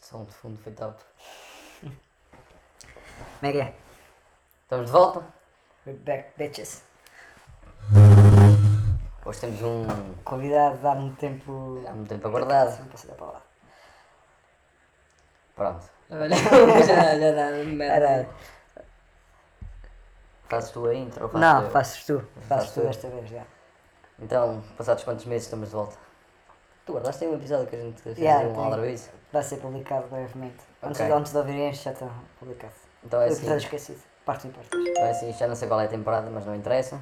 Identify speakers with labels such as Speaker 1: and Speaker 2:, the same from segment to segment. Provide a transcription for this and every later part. Speaker 1: som de fundo foi top.
Speaker 2: Como é que é?
Speaker 1: Estamos de volta?
Speaker 2: We're back, bitches.
Speaker 1: Hoje temos um.
Speaker 2: Convidado há muito tempo.
Speaker 1: Há muito tempo aguardado.
Speaker 2: Não posso dar para lá.
Speaker 1: Pronto.
Speaker 2: Ah,
Speaker 3: Olha, já, já dá merda.
Speaker 2: Era-
Speaker 1: Fazes tu a intro ou faço
Speaker 2: Não,
Speaker 1: eu?
Speaker 2: fazes tu. Fazes
Speaker 1: Faço
Speaker 2: tu
Speaker 1: eu.
Speaker 2: desta vez, já.
Speaker 1: Então, passados quantos meses estamos de volta? Tu guardaste aí um episódio que a gente fez
Speaker 2: Yeah,
Speaker 1: aí um
Speaker 2: tem.
Speaker 1: aldrabice?
Speaker 2: Vai ser publicado brevemente. Antes,
Speaker 1: Ok.
Speaker 2: de, antes de ouvirem este, já está publicado.
Speaker 1: Então
Speaker 2: O
Speaker 1: é assim,
Speaker 2: um episódio esquecido. Partes e partes.
Speaker 1: então é assim, já não sei qual é a temporada, mas não interessa.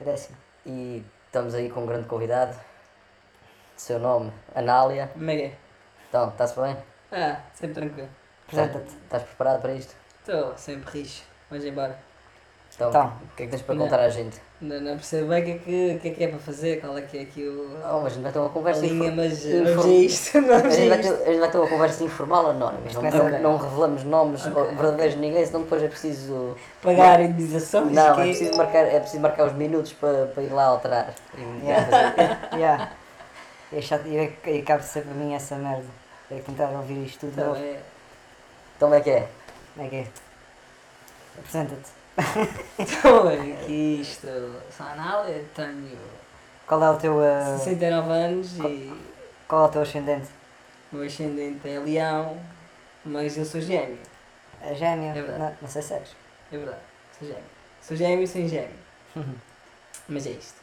Speaker 2: É Décimo.
Speaker 1: E estamos aí com um grande convidado. Seu nome, Anália.
Speaker 3: Como é que é?
Speaker 1: Então, está-se bem?
Speaker 3: Ah, sempre tranquilo.
Speaker 2: Apresenta-te.
Speaker 1: Estás preparado para isto?
Speaker 3: Estou sempre rijo. Vamos embora.
Speaker 1: Então,
Speaker 2: Tá.
Speaker 1: o que é que tens para
Speaker 3: Não.
Speaker 1: contar à gente?
Speaker 3: Não, não percebo bem o que, é que, o que é que é para fazer, qual é que é aqui o...
Speaker 1: Oh, mas a gente vai ter uma
Speaker 3: a
Speaker 1: conversa
Speaker 3: linha,
Speaker 1: infor-
Speaker 3: mas eh,
Speaker 1: infor-
Speaker 3: vamos a isto,
Speaker 1: A
Speaker 3: vamos
Speaker 1: gente,
Speaker 3: a
Speaker 1: vai
Speaker 3: isto.
Speaker 1: ter, a gente vai ter uma conversa informal anónima, não, é?
Speaker 2: Começa
Speaker 1: não, não revelamos nomes verdadeiros de ninguém, senão depois é preciso.
Speaker 3: Pagar indenizações
Speaker 1: Não, é
Speaker 3: que...
Speaker 1: preciso marcar, é preciso marcar os minutos para, para ir lá alterar. E-
Speaker 2: Yeah. E, é chato- e, é- e cabe sempre a mim essa merda. É que tentar ouvir isto tudo de
Speaker 3: Então,
Speaker 2: novo.
Speaker 3: é...
Speaker 1: Então, como é que é?
Speaker 2: Como é que é? Apresenta-te.
Speaker 3: Então, é aqui isto... Sou anal, eu tenho
Speaker 2: Qual é o teu, ah,
Speaker 3: 69 anos e...
Speaker 2: qual é o teu ascendente?
Speaker 3: O meu ascendente é leão, mas eu sou gêmeo.
Speaker 2: É gêmeo?
Speaker 3: É verdade.
Speaker 2: não, não sei se és.
Speaker 3: É verdade, sou gêmeo. Sou gêmeo sem gêmeo. mas é isto.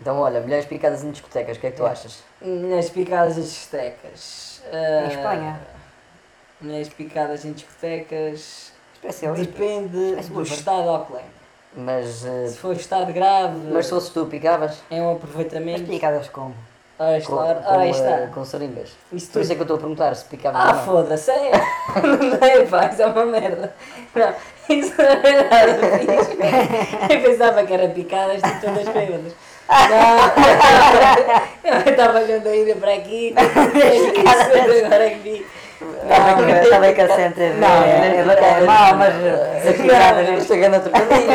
Speaker 1: Então, olha, mulheres picadas em discotecas, o que é que tu achas?
Speaker 3: Mulheres picadas em discotecas. Ah,
Speaker 2: Em Espanha?
Speaker 3: Mulheres picadas em discotecas.
Speaker 2: Espécie
Speaker 1: Então,
Speaker 2: é isto.
Speaker 3: Depende
Speaker 2: Mas
Speaker 3: do
Speaker 2: muito.
Speaker 3: estado alcoólico.
Speaker 1: Mas, eh,
Speaker 3: Se for estado grave,
Speaker 1: mas se fosses tu, picavas?
Speaker 3: é um
Speaker 2: Mas
Speaker 3: aproveitamento.
Speaker 2: picadas como?
Speaker 3: Ora
Speaker 1: Com,
Speaker 3: está.
Speaker 1: com,
Speaker 3: Ora
Speaker 1: eh,
Speaker 3: ah, está.
Speaker 1: com seringas.
Speaker 3: Isso
Speaker 1: Por isso
Speaker 3: tudo.
Speaker 1: é que eu estou a perguntar se picavas
Speaker 3: Ah,
Speaker 1: ou não.
Speaker 3: foda-se, é. Não é, pá, isso é uma merda. Não, isso não é nada fixe. Eu pensava que era picadas, tipo todas bêbadas. Não, eu estava olhando a ida para aqui, isso, agora é que vi.
Speaker 1: Tá,
Speaker 2: Está bem que a cena é,
Speaker 1: Não,
Speaker 2: é, é, é, mau, mas eh, ser picadas
Speaker 1: Não,
Speaker 2: em
Speaker 1: Estou ganhando é trocadilho,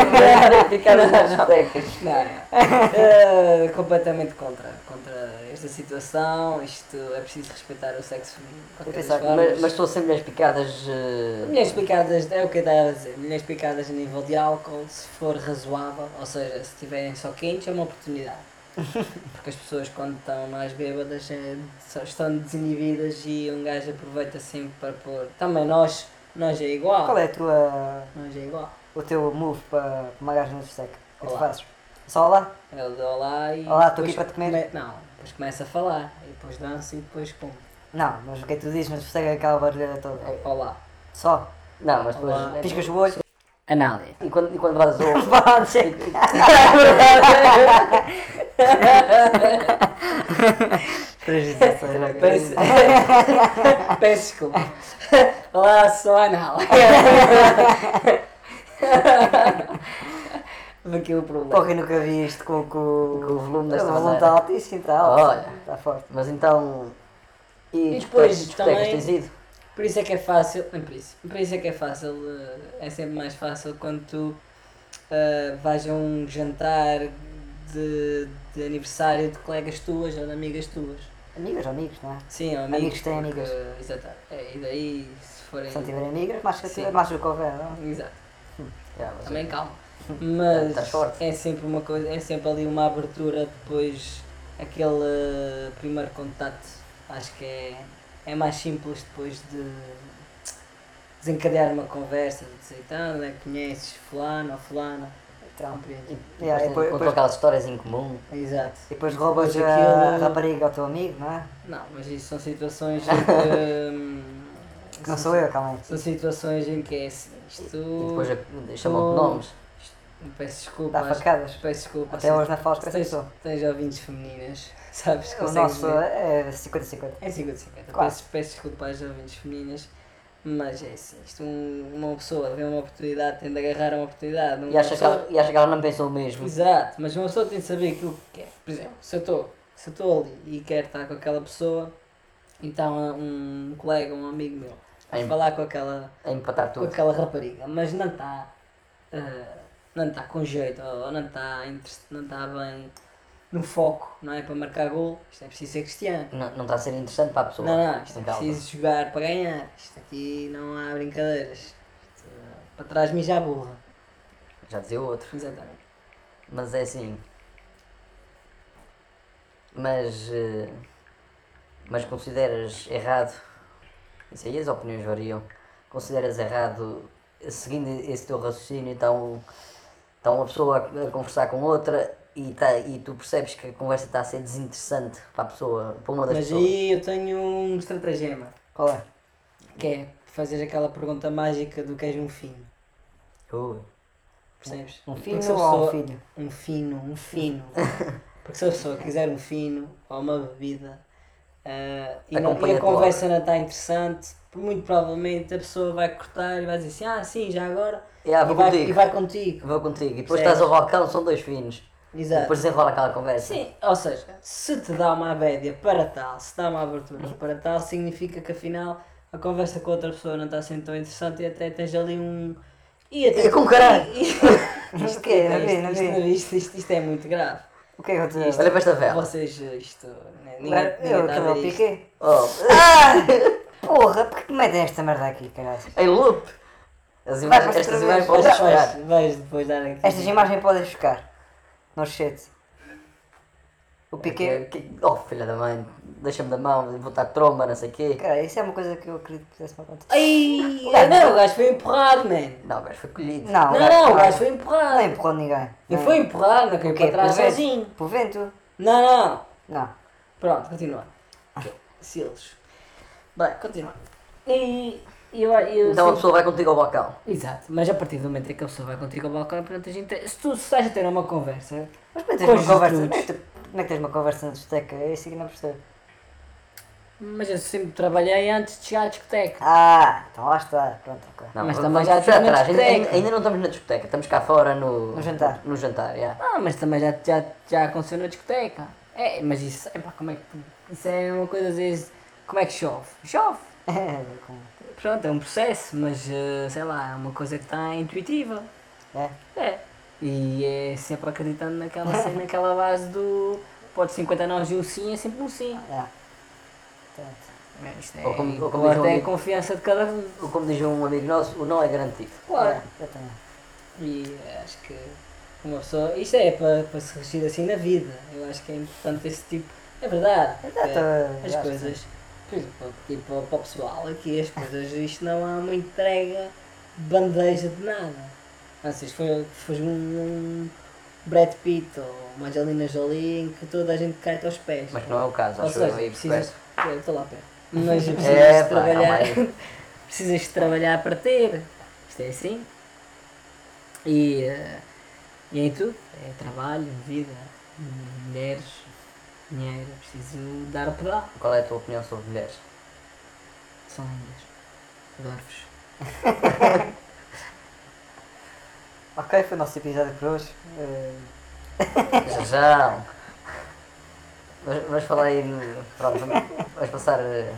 Speaker 1: mas picadas em discotecas.
Speaker 3: Não, não. Ah, completamente contra, contra esta situação. Isto é preciso respeitar o sexo feminino. de
Speaker 1: Eu
Speaker 3: qualquer das
Speaker 1: pensava,
Speaker 3: formas.
Speaker 1: mas, mas estou sem mulheres picadas. eh,
Speaker 3: Mulheres picadas, é o que eu estava a dizer, mulheres picadas a nível de álcool, se for razoável, ou seja, se tiverem só quentes é uma oportunidade. Porque as pessoas quando estão mais bêbadas é, só estão desinibidas e um gajo aproveita sempre para pôr. Também nós, nós é igual.
Speaker 2: Qual é a tua,
Speaker 3: Nós é igual.
Speaker 2: o teu move para uma gaja no discoteca? O que tu
Speaker 3: Olá.
Speaker 2: fazes? Só lá?
Speaker 3: Eu dou lá e.
Speaker 2: Olá, estou aqui para
Speaker 3: depois
Speaker 2: te comer.
Speaker 3: come- Não, depois começa a falar, e depois dança e depois pum.
Speaker 2: Não, mas o que é que tu dizes na discoteca é aquela barulheira toda?
Speaker 3: Olá.
Speaker 2: Só?
Speaker 1: Não, mas depois.
Speaker 3: Olá.
Speaker 2: Piscas o olho?
Speaker 3: Anália.
Speaker 1: E quando, e quando vais ao.
Speaker 3: Peço, peço desculpa. Olá, sou a Anal. Aqui o problema.
Speaker 2: Porra, eu nunca vi isto com, com,
Speaker 1: Com o volume desta
Speaker 2: O volume
Speaker 1: maneira.
Speaker 2: está
Speaker 3: tá
Speaker 2: altíssimo, está alto.
Speaker 1: Olha.
Speaker 2: Está forte.
Speaker 1: Mas então. E,
Speaker 3: E depois
Speaker 1: discotecas
Speaker 3: também-
Speaker 1: tens ido?
Speaker 3: Por isso é que é fácil. Não, por, isso, por isso é que é fácil. eh, É sempre mais fácil quando tu eh, vais a um jantar de, de aniversário de colegas tuas ou de amigas tuas.
Speaker 2: Amigas ou amigos, não é?
Speaker 3: Sim, ou amigos.
Speaker 2: Amigos têm
Speaker 3: porque-
Speaker 2: amigas.
Speaker 3: Exatamente. É, E daí, se forem.
Speaker 2: Se não tiverem amigas, mais que,
Speaker 3: Sim.
Speaker 2: mais que o que houver, não? é?
Speaker 3: Exato.
Speaker 1: Já, mas-
Speaker 3: Também calma.
Speaker 1: Tá
Speaker 3: Mas
Speaker 1: forte.
Speaker 3: é sempre uma coisa, é sempre ali uma abertura depois aquele eh, primeiro contacto. Acho que é, é mais simples depois de desencadear uma conversa, de dizer então, onde é que conheces fulano ou fulana.
Speaker 2: Então,
Speaker 3: Compreendo.
Speaker 1: E
Speaker 2: Yeah,
Speaker 1: depois
Speaker 2: e depois-
Speaker 1: contou
Speaker 2: depois-
Speaker 1: aquelas histórias em comum.
Speaker 3: Exato.
Speaker 2: e depois roubas
Speaker 3: Mas
Speaker 2: a
Speaker 3: aquilo-
Speaker 2: rapariga ao teu amigo, não é?
Speaker 3: Não, mas isso são situações em que.
Speaker 2: Que não sou eu, calma aí.
Speaker 3: São situações em que é assim. Isto.
Speaker 1: E depois a- chamam-te
Speaker 3: Hum.
Speaker 1: nomes.
Speaker 3: Peço desculpa.
Speaker 2: Dá
Speaker 3: acho-
Speaker 2: facadas.
Speaker 3: Peço desculpa.
Speaker 2: Até
Speaker 3: assim.
Speaker 2: hoje na Foz
Speaker 3: Se
Speaker 2: com
Speaker 3: tens,
Speaker 2: pessoa.
Speaker 3: tens ouvintes femininas, sabes?
Speaker 2: O
Speaker 3: Consegues
Speaker 2: nosso
Speaker 3: ver.
Speaker 2: é 50-50.
Speaker 3: É 50-50.
Speaker 2: Claro.
Speaker 3: Peço, peço desculpa às ouvintes femininas, mas é assim. Isto um- uma pessoa vê uma oportunidade, tem de agarrar uma oportunidade. Uma
Speaker 1: E acha, que
Speaker 3: pessoa-
Speaker 1: ela, e acha que ela não pensou o mesmo.
Speaker 3: Exato, mas uma pessoa tem de saber aquilo que quer. Por exemplo, se eu estou se eu estou ali e quero estar com aquela pessoa, então um colega, um amigo meu, vai
Speaker 1: Em-
Speaker 3: falar com aquela
Speaker 1: A empatar
Speaker 3: com
Speaker 1: tudo.
Speaker 3: aquela rapariga, mas não eh, tá está não está com jeito, ou não está não tá bem no foco, não é para marcar gol. Isto é preciso ser cristiano.
Speaker 1: Não não está a ser interessante para a pessoa.
Speaker 3: Não, não, isto é
Speaker 1: Calma.
Speaker 3: preciso jogar para ganhar. Isto aqui não há brincadeiras. Isto, para trás mija a burra.
Speaker 1: Já dizia o outro.
Speaker 3: Exatamente.
Speaker 1: Mas é assim. Mas. eh, Mas consideras errado. Isso aí as opiniões variam. Consideras errado, seguindo esse teu raciocínio, então. Então uma pessoa a, a conversar com outra e, tá, e tu percebes que a conversa está a ser desinteressante para a pessoa, para uma das
Speaker 3: Mas
Speaker 1: pessoas.
Speaker 3: aí eu tenho um estratagema,
Speaker 2: Qual é?
Speaker 3: que é fazer aquela pergunta mágica do que és um fino.
Speaker 1: Ui.
Speaker 3: Percebes?
Speaker 2: Um
Speaker 3: Porque
Speaker 2: filho
Speaker 3: se a
Speaker 2: ou um
Speaker 3: pessoa-
Speaker 2: filho?
Speaker 3: Um fino, um fino. Porque se a pessoa quiser um fino ou uma bebida ah, e, não- e
Speaker 1: Acompanha-te
Speaker 3: a conversa não está interessante, muito provavelmente a pessoa vai cortar e vai dizer assim, ah sim, já agora.
Speaker 1: Yeah,
Speaker 3: e,
Speaker 1: vou
Speaker 3: vai,
Speaker 1: contigo.
Speaker 3: e vai contigo.
Speaker 1: Vou contigo. E depois
Speaker 3: Percebes?
Speaker 1: estás ao balcão, são dois finos. E
Speaker 3: Exato.
Speaker 1: depois desenrola aquela conversa.
Speaker 3: Sim, ou seja, se te dá uma média para tal, se dá uma abertura para tal, significa que afinal a conversa com outra pessoa não está sendo tão interessante e até tens ali um. E até.
Speaker 1: E com caralho!
Speaker 3: E-
Speaker 2: Isto que é? Não vi, não
Speaker 3: isto, isto,
Speaker 2: vi.
Speaker 3: isto, isto- isto é muito grave.
Speaker 2: O que é que eu te disse?
Speaker 1: Olha para esta vela.
Speaker 3: Vocês, isto. né, Ninguém, ninguém
Speaker 2: Eu,
Speaker 3: está a
Speaker 2: aquele
Speaker 3: ver isto.
Speaker 2: piquei.
Speaker 1: Oh,
Speaker 2: Porra, por que metem esta merda aqui, caralho?
Speaker 1: em loop! As
Speaker 2: Vai,
Speaker 1: imagens,
Speaker 2: vai,
Speaker 1: estas
Speaker 2: outra
Speaker 1: imagens
Speaker 2: vez.
Speaker 1: podem
Speaker 3: Vais,
Speaker 1: chorar.
Speaker 3: vais, vais depois dar aqui.
Speaker 2: Estas imagens podem chocar. No chat.
Speaker 3: É
Speaker 2: O Piquet.
Speaker 1: Que- que- Oh filha da mãe, deixa-me da mão, vou estar tromba, não sei o quê.
Speaker 2: Cara, isso é uma coisa que eu acredito que pudesse me acontecer.
Speaker 3: Ai, não, o gajo foi empurrado, man.
Speaker 1: Não, mas foi colhido.
Speaker 2: Não,
Speaker 3: Não, não, o gajo
Speaker 2: gajo
Speaker 3: foi
Speaker 2: não é
Speaker 3: empurrado.
Speaker 2: empurrou ninguém.
Speaker 3: Não
Speaker 2: Não.
Speaker 3: foi empurrado, não caiu
Speaker 2: O quê?
Speaker 3: para trás
Speaker 2: Por vento?
Speaker 3: sozinho.
Speaker 2: Por vento?
Speaker 3: Não, não.
Speaker 2: Não.
Speaker 3: Pronto, continua.
Speaker 1: Ah.
Speaker 3: Silos. Bem, continua. E e eu, eu
Speaker 1: Então a
Speaker 3: sim.
Speaker 1: pessoa vai contigo ao balcão.
Speaker 3: Exato, mas a partir do momento em que a pessoa vai contigo ao balcão, portanto, tens inter... é- se tu se estás a ter uma conversa,
Speaker 2: Mas como é que
Speaker 3: Com
Speaker 2: tens uma conversa?
Speaker 3: juventudes.
Speaker 2: como é que tu- Como é que tens uma conversa na discoteca? É isso que eu não percebo.
Speaker 3: mas eu sempre trabalhei antes de chegar à discoteca.
Speaker 2: Ah, então lá está. Pronto, ok.
Speaker 1: Não, vamos-
Speaker 3: Mas também
Speaker 1: vamos
Speaker 3: já
Speaker 1: puxar
Speaker 3: estive na
Speaker 1: atrás. Ainda,
Speaker 3: discoteca.
Speaker 1: ainda- ainda não estamos na discoteca, estamos cá fora no,
Speaker 2: No jantar.
Speaker 1: No jantar, yeah.
Speaker 3: Ah, mas também já, já, já aconteceu na discoteca. É, mas isso, epá, como é que tu- Isso é uma coisa, às vezes, como é que chove? Chove!
Speaker 2: É, como-
Speaker 3: Pronto, é um processo, mas eh, sei lá, é uma coisa que está intuitiva.
Speaker 2: é.
Speaker 3: É. E é sempre acreditando naquela cena, naquela base do pode 50 nós e um sim é sempre um sim.
Speaker 2: Ah. Pronto.
Speaker 3: É, Isto é,
Speaker 1: Ou como- ou como
Speaker 3: claro,
Speaker 1: diz um
Speaker 3: é a
Speaker 1: amigo.
Speaker 3: confiança de cada um.
Speaker 1: Ou Como diz um amigo nosso, o não é garantido.
Speaker 2: Olha, eu também.
Speaker 3: E acho que uma pessoa. Isto é para, para se regir assim na vida. Eu acho que é importante esse tipo. É verdade.
Speaker 2: Exato,
Speaker 3: porque
Speaker 2: então, eu
Speaker 3: as
Speaker 2: acho que
Speaker 3: coisas. Por exemplo, tipo, para o pessoal aqui, as coisas. Isto não há uma entrega de bandeja de nada. Não sei se foi, foi um Brad Pitt ou uma Angelina Jolie em que toda a gente cai aos pés.
Speaker 1: Mas não é o caso,
Speaker 3: Ou
Speaker 1: acho
Speaker 3: seja,
Speaker 1: eu aí
Speaker 3: precisas.
Speaker 1: perto.
Speaker 3: Eu estou lá perto. Mas precisas
Speaker 1: É,
Speaker 3: de
Speaker 1: pá, calma
Speaker 3: trabalhar.
Speaker 1: aí.
Speaker 3: precisas de trabalhar para ter. Isto é assim. E, eh, e em tudo. É trabalho, vida, mulheres, dinheiro. Preciso dar o pedal.
Speaker 1: Qual é a tua opinião sobre mulheres?
Speaker 3: São lindas. um Adoro-vos.
Speaker 2: Ok, foi o nosso episódio por hoje. Eh,
Speaker 1: Já, já. Mas, mas falar aí no- Pronto, vamos- vamos passar. eh,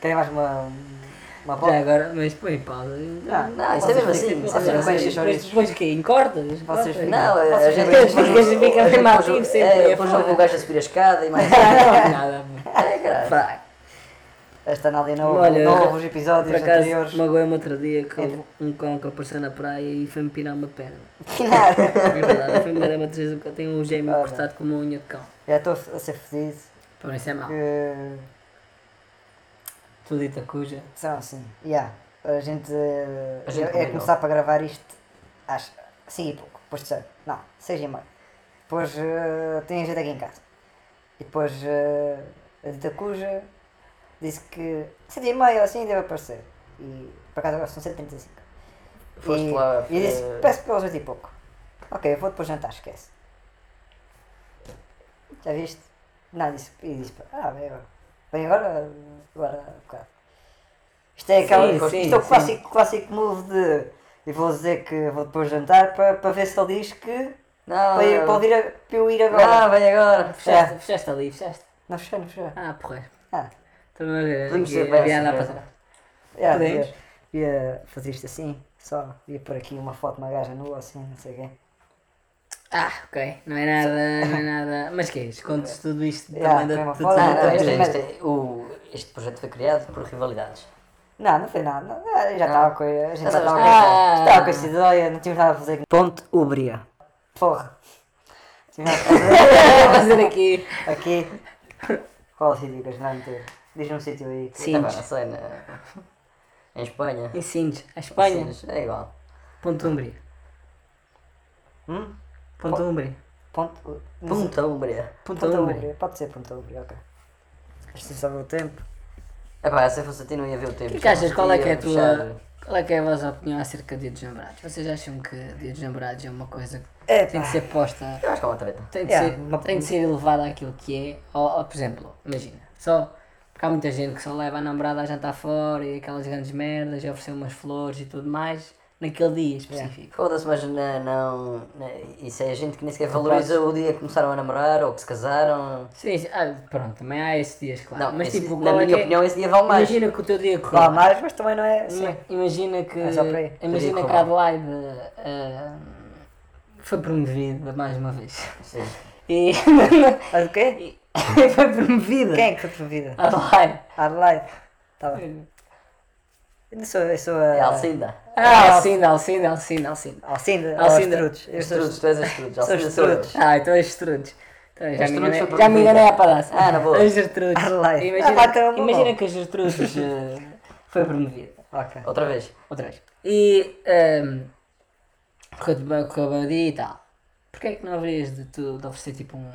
Speaker 2: Querem mais uma, uma
Speaker 3: Já
Speaker 2: bola?
Speaker 3: agora, mas põe em pausa.
Speaker 2: Não,
Speaker 1: Não, isso é
Speaker 2: vocês
Speaker 1: mesmo
Speaker 2: têm-
Speaker 1: assim. Isso é
Speaker 2: vocês
Speaker 1: mesmo
Speaker 2: têm
Speaker 1: assim.
Speaker 2: coisas-
Speaker 3: Depois, depois o quê? Encordas? Encordas?
Speaker 1: Não, a- a
Speaker 2: Vocês
Speaker 1: gente.
Speaker 2: veem
Speaker 1: a
Speaker 2: que
Speaker 1: gente-
Speaker 3: depois fica
Speaker 1: a gente
Speaker 3: bem mal
Speaker 1: pôs o-
Speaker 3: ativo sempre,
Speaker 1: é,
Speaker 3: é
Speaker 1: Pôs
Speaker 3: foda.
Speaker 1: o gajo a subir a escada e mais.
Speaker 3: Não, nada.
Speaker 1: É, caralho.
Speaker 3: Fraco.
Speaker 2: Esta análise novo,
Speaker 3: Olha,
Speaker 2: novos
Speaker 3: Por
Speaker 2: episódios anteriores.
Speaker 3: acaso, magoei-me outro dia que houve um cão que apareceu na praia e foi-me pinar uma perna.
Speaker 2: Que nada.
Speaker 3: É verdade, foi-me dar uma tristeza porque eu tenho um gêmeo
Speaker 2: Ah,
Speaker 3: cortado com uma unha de cão.
Speaker 2: Já estou a ser fedido.
Speaker 3: Para mim isso é mau.
Speaker 2: Que...
Speaker 3: Tudo e tacuja.
Speaker 2: São assim. Yeah. A gente. eh,
Speaker 1: A gente
Speaker 2: é- é
Speaker 1: combinou.
Speaker 2: começar para gravar isto às 5 e pouco. Depois de 6. Não, 6 e meia. Depois eh, tem gente aqui em casa. E depois eh, a Dita Cuja disse que 7 e meia ou assim deve aparecer. E por acaso agora são 7h35.
Speaker 1: Foste
Speaker 2: e,
Speaker 1: lá,
Speaker 2: e eu disse,
Speaker 1: eh,
Speaker 2: peço pelas 8 e pouco. Ok, eu vou depois jantar, esquece. Já viste? Não, disse, e disse, ah, vem agora. Vem agora, agora, um bocado. Isto é, aquela,
Speaker 3: Sim, sim,
Speaker 2: isto é o
Speaker 3: sim.
Speaker 2: clássico, clássico move de. Eu vou dizer que vou depois jantar para, para ver se ele diz que.
Speaker 1: Não,
Speaker 2: Para, eu- para eu ir a- para eu ir agora.
Speaker 1: Ah, vem agora.
Speaker 3: Fechaste, fechaste ali, fechaste.
Speaker 2: Não fechei, não fechei.
Speaker 3: Ah, porra.
Speaker 2: Ah,
Speaker 3: Estou a ver.
Speaker 1: Podemos
Speaker 3: aqui,
Speaker 1: ser bem
Speaker 3: a
Speaker 1: assim
Speaker 3: piada a
Speaker 1: mesmo.
Speaker 3: passar.
Speaker 2: yeah,
Speaker 3: Podemos.
Speaker 2: ia, ia fazer isto assim, só ia pôr aqui uma foto de uma gaja nua, assim, não sei o quê.
Speaker 3: Ah, ok. Não é nada, não é nada. Mas que é isso? Contes tudo isto
Speaker 2: Yeah,
Speaker 3: também
Speaker 2: foi
Speaker 3: da
Speaker 2: uma
Speaker 3: de-
Speaker 2: foda.
Speaker 1: Não,
Speaker 3: de-
Speaker 1: não,
Speaker 2: Esta
Speaker 1: este,
Speaker 2: merda.
Speaker 1: este- o, este projeto foi criado por rivalidades.
Speaker 2: Não, não foi nada. não, ah, já estava com a gente já
Speaker 1: Ah,
Speaker 2: estava com
Speaker 3: ah,
Speaker 2: esta- estava com esta ideia, não tínhamos nada a fazer. Ponte Ubria. Porra. Não Tínhamos nada a
Speaker 3: Vou fazer aqui.
Speaker 2: fazer aqui. Qual o sítio que a gente vai meter? Diz-me um sítio aí.
Speaker 3: Sim.
Speaker 1: Epá, não sei, na- em Espanha.
Speaker 3: Em Sines, a Espanha.
Speaker 1: Sim, É igual.
Speaker 3: Ponto Umbria.
Speaker 2: Hum?
Speaker 3: Ponto Umbria.
Speaker 2: Ponte U- não sei.
Speaker 1: Punta Umbria.
Speaker 3: Ponto
Speaker 2: Ponta
Speaker 3: Umbria.
Speaker 2: Ubria. Pode ser Ponta Ubria, ok. Isto sabe o tempo.
Speaker 1: Epá, se eu fosse a ti não ia ver o tempo.
Speaker 3: O que é que achas? Qual é que é a
Speaker 1: Ia fechar.
Speaker 3: tua. Qual é que é a vossa opinião acerca de Dia dos Namorados? Vocês acham que Dia dos Namorados é uma coisa que
Speaker 2: Epá.
Speaker 3: tem de ser posta.
Speaker 1: Eu acho que é uma treta.
Speaker 3: Tem de,
Speaker 2: Yeah,
Speaker 3: ser,
Speaker 2: uma-
Speaker 3: tem de ser elevada àquilo que é. Ou, ou, por exemplo, imagina, só. Porque há muita gente que só leva a namorada a jantar fora e aquelas grandes merdas e oferecer umas flores e tudo mais naquele dia específico.
Speaker 1: Foda-se, mas na- não, na- Isso é gente que nem sequer valoriza o dia que começaram a namorar ou que se casaram.
Speaker 3: Sim, sim. Ah, pronto, também há esses dias, claro.
Speaker 1: Não,
Speaker 3: mas
Speaker 1: esse-
Speaker 3: tipo,
Speaker 1: na
Speaker 3: qual é
Speaker 1: minha
Speaker 3: que é-
Speaker 1: opinião, esse dia vale mais.
Speaker 3: Imagina que o teu dia
Speaker 2: Lá
Speaker 3: correu.
Speaker 2: mais, mas também não é. Sim.
Speaker 3: Ima- Imagina que.
Speaker 2: É só por aí.
Speaker 3: Imagina
Speaker 1: Ridículo.
Speaker 3: que a Adelaide ah, foi promovida mais uma vez.
Speaker 1: Sim.
Speaker 3: E,
Speaker 2: Mas o quê?
Speaker 3: e foi promovida.
Speaker 2: Quem é que foi promovida?
Speaker 3: Adelaide.
Speaker 2: Adelaide. Tá bem. Eu não sou, eu sou a.
Speaker 1: É Alcinda.
Speaker 3: Ah, Alcinda, Alcinda, Alcinda, Alcinda.
Speaker 2: Alcinda. ou
Speaker 3: Alcinda.
Speaker 2: Os trutos. Eu
Speaker 1: Os
Speaker 2: sou
Speaker 1: trutos, tu és os trutos. Alcinda
Speaker 2: os
Speaker 1: sou eu.
Speaker 2: trutos.
Speaker 3: Ah, então és estrudos. Então, já,
Speaker 1: As
Speaker 3: me
Speaker 1: Gertrudes
Speaker 3: enganei,
Speaker 1: foi
Speaker 3: já me
Speaker 1: promovida.
Speaker 3: enganei à palhaça.
Speaker 1: Ah, na boa.
Speaker 3: As Gertrudes.
Speaker 2: Adelaide. Ah,
Speaker 3: Imagina,
Speaker 2: pá, então é bom.
Speaker 3: imagina que as Gertrudes ah, foi promovida.
Speaker 2: Ok.
Speaker 1: Outra vez.
Speaker 3: Outra vez. E. Um, correu bem, correu bem o dia e tal. Porquê é que não haverias de, tu, de oferecer tipo um,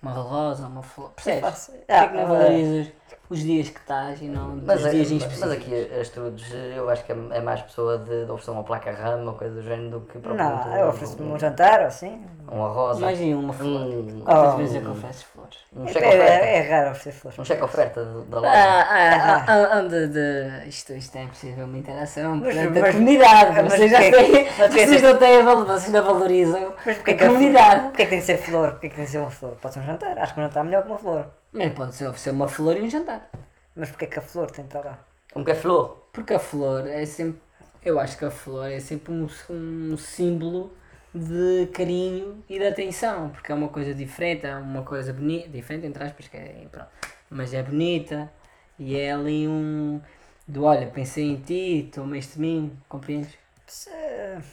Speaker 3: uma rosa, uma flor? Percebes?
Speaker 2: faço-
Speaker 3: Porquê
Speaker 2: Ah,
Speaker 3: é que não
Speaker 2: ah,
Speaker 3: valorizas os dias que estás e não os
Speaker 1: Mas, a-
Speaker 3: dias em
Speaker 1: mas
Speaker 3: específico?
Speaker 1: aqui as trudes, eu acho que é é mais pessoa de, de oferecer uma placa rama ou coisa do género do que propriamente
Speaker 2: Ah,
Speaker 1: um,
Speaker 2: Não, eu ofereço-me um jantar ou assim.
Speaker 1: uma rosa.
Speaker 3: Imagina uma flor.
Speaker 1: um,
Speaker 3: Quantas
Speaker 2: Oh.
Speaker 3: vezes é que ofereces flores?
Speaker 1: um
Speaker 2: É,
Speaker 1: cheque
Speaker 2: é-
Speaker 1: oferta.
Speaker 2: é raro oferecer flores.
Speaker 1: Um cheque oferta do- da loja.
Speaker 3: Ah, ah, ah, ah, onde de, isto, isto é impossível uma interação
Speaker 2: Mas-
Speaker 3: perante a
Speaker 2: mas-
Speaker 3: comunidade.
Speaker 2: mas
Speaker 3: Vocês já
Speaker 2: porquê-
Speaker 3: têm.
Speaker 2: mas porquê-
Speaker 3: é Vocês não têm a valor, vocês não valorizam
Speaker 2: Mas porquê
Speaker 3: a
Speaker 2: que, é
Speaker 3: comunidade.
Speaker 2: porquê que tem de ser flor? Porquê que tem de ser uma flor? Pode ser um jantar. Acho que um jantar é melhor que uma flor.
Speaker 3: Mas pode ser oferecer uma flor e um jantar.
Speaker 2: Mas porquê que a flor tem de estar lá?
Speaker 1: Um café flor.
Speaker 3: Porque a flor é sempre. Eu acho que a flor é sempre um, um símbolo de carinho e de atenção, porque é uma coisa diferente, é uma coisa bonita, diferente entre aspas, que é, pronto, mas é bonita e é ali um. Do olha, pensei em ti, toma este mim, compreendes?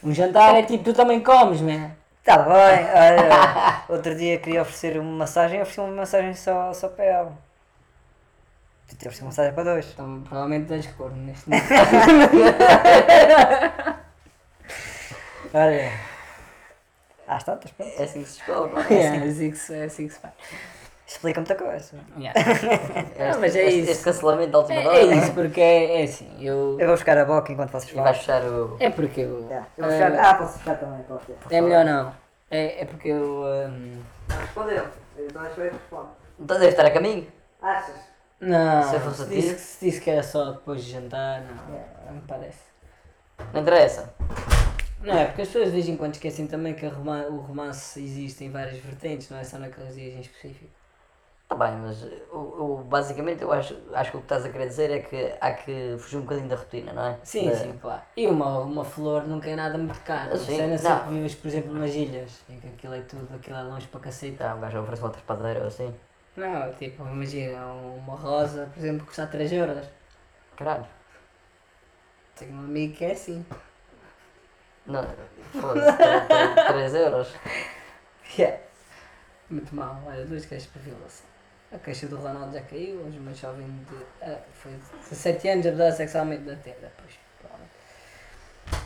Speaker 3: Um jantar é tipo, tu também comes, né?
Speaker 2: Está bem. Olha, outro dia queria oferecer uma massagem. Ofereci uma massagem só, só para ela. Podia ter oferecido uma massagem para dois.
Speaker 3: Então, provavelmente das cor neste momento.
Speaker 2: Olha. Às tantas, pronto.
Speaker 1: É assim que se descobre. não é?
Speaker 3: é assim que se é assim que se faz.
Speaker 2: Explica muita coisa.
Speaker 3: Yeah.
Speaker 1: Este,
Speaker 3: mas é
Speaker 1: este-
Speaker 3: isso.
Speaker 1: Este cancelamento da
Speaker 3: É,
Speaker 1: última hora.
Speaker 3: é
Speaker 1: não
Speaker 3: isso, porque é, é assim, eu.
Speaker 2: Eu vou buscar a boca enquanto vocês
Speaker 1: E vais
Speaker 2: falam.
Speaker 1: fechar o.
Speaker 3: É porque eu.
Speaker 2: É, eu vou buscar... Ah, posso buscar também, pode ser.
Speaker 3: É melhor não. É, é porque eu. hum,
Speaker 2: Respondeu. Então acho que eu respondo.
Speaker 1: Então deve estar a caminho.
Speaker 2: Achas?
Speaker 3: não.
Speaker 1: Se eu fosse a ti?
Speaker 3: disse, que- se disse que era só depois de jantar, não. Não me parece.
Speaker 1: Não interessa.
Speaker 3: Não, é porque as pessoas de vez em quando esquecem também que a roma- o romance existe em várias vertentes, não é só naqueles dias em específico.
Speaker 1: Tá bem, mas o, o- basicamente eu acho, acho que o que estás a querer dizer é que há que fugir um bocadinho da rotina, não é?
Speaker 3: Sim,
Speaker 1: Da-
Speaker 3: sim, claro. E uma, uma flor nunca é nada muito caro.
Speaker 1: Ah,
Speaker 3: Sim,
Speaker 1: sim,
Speaker 3: não sei
Speaker 1: não.
Speaker 3: que vives, por exemplo, nas ilhas, em que aquilo é tudo, aquilo é longe para cacete.
Speaker 1: Ah, um gajo oferece uma trepadeira ou assim.
Speaker 3: Não, tipo, imagina, uma rosa, por exemplo, custa 3 euros.
Speaker 1: Caralho.
Speaker 3: Tenho um amigo que é assim.
Speaker 1: Não, foda-se, 3 euros.
Speaker 3: Yeah. Muito mal, olha, duas queixas para violação. A queixa do Ronaldo já caiu, hoje uma jovem de. ah, foi de 17 anos abusada sexualmente da tenda, pois. provavelmente.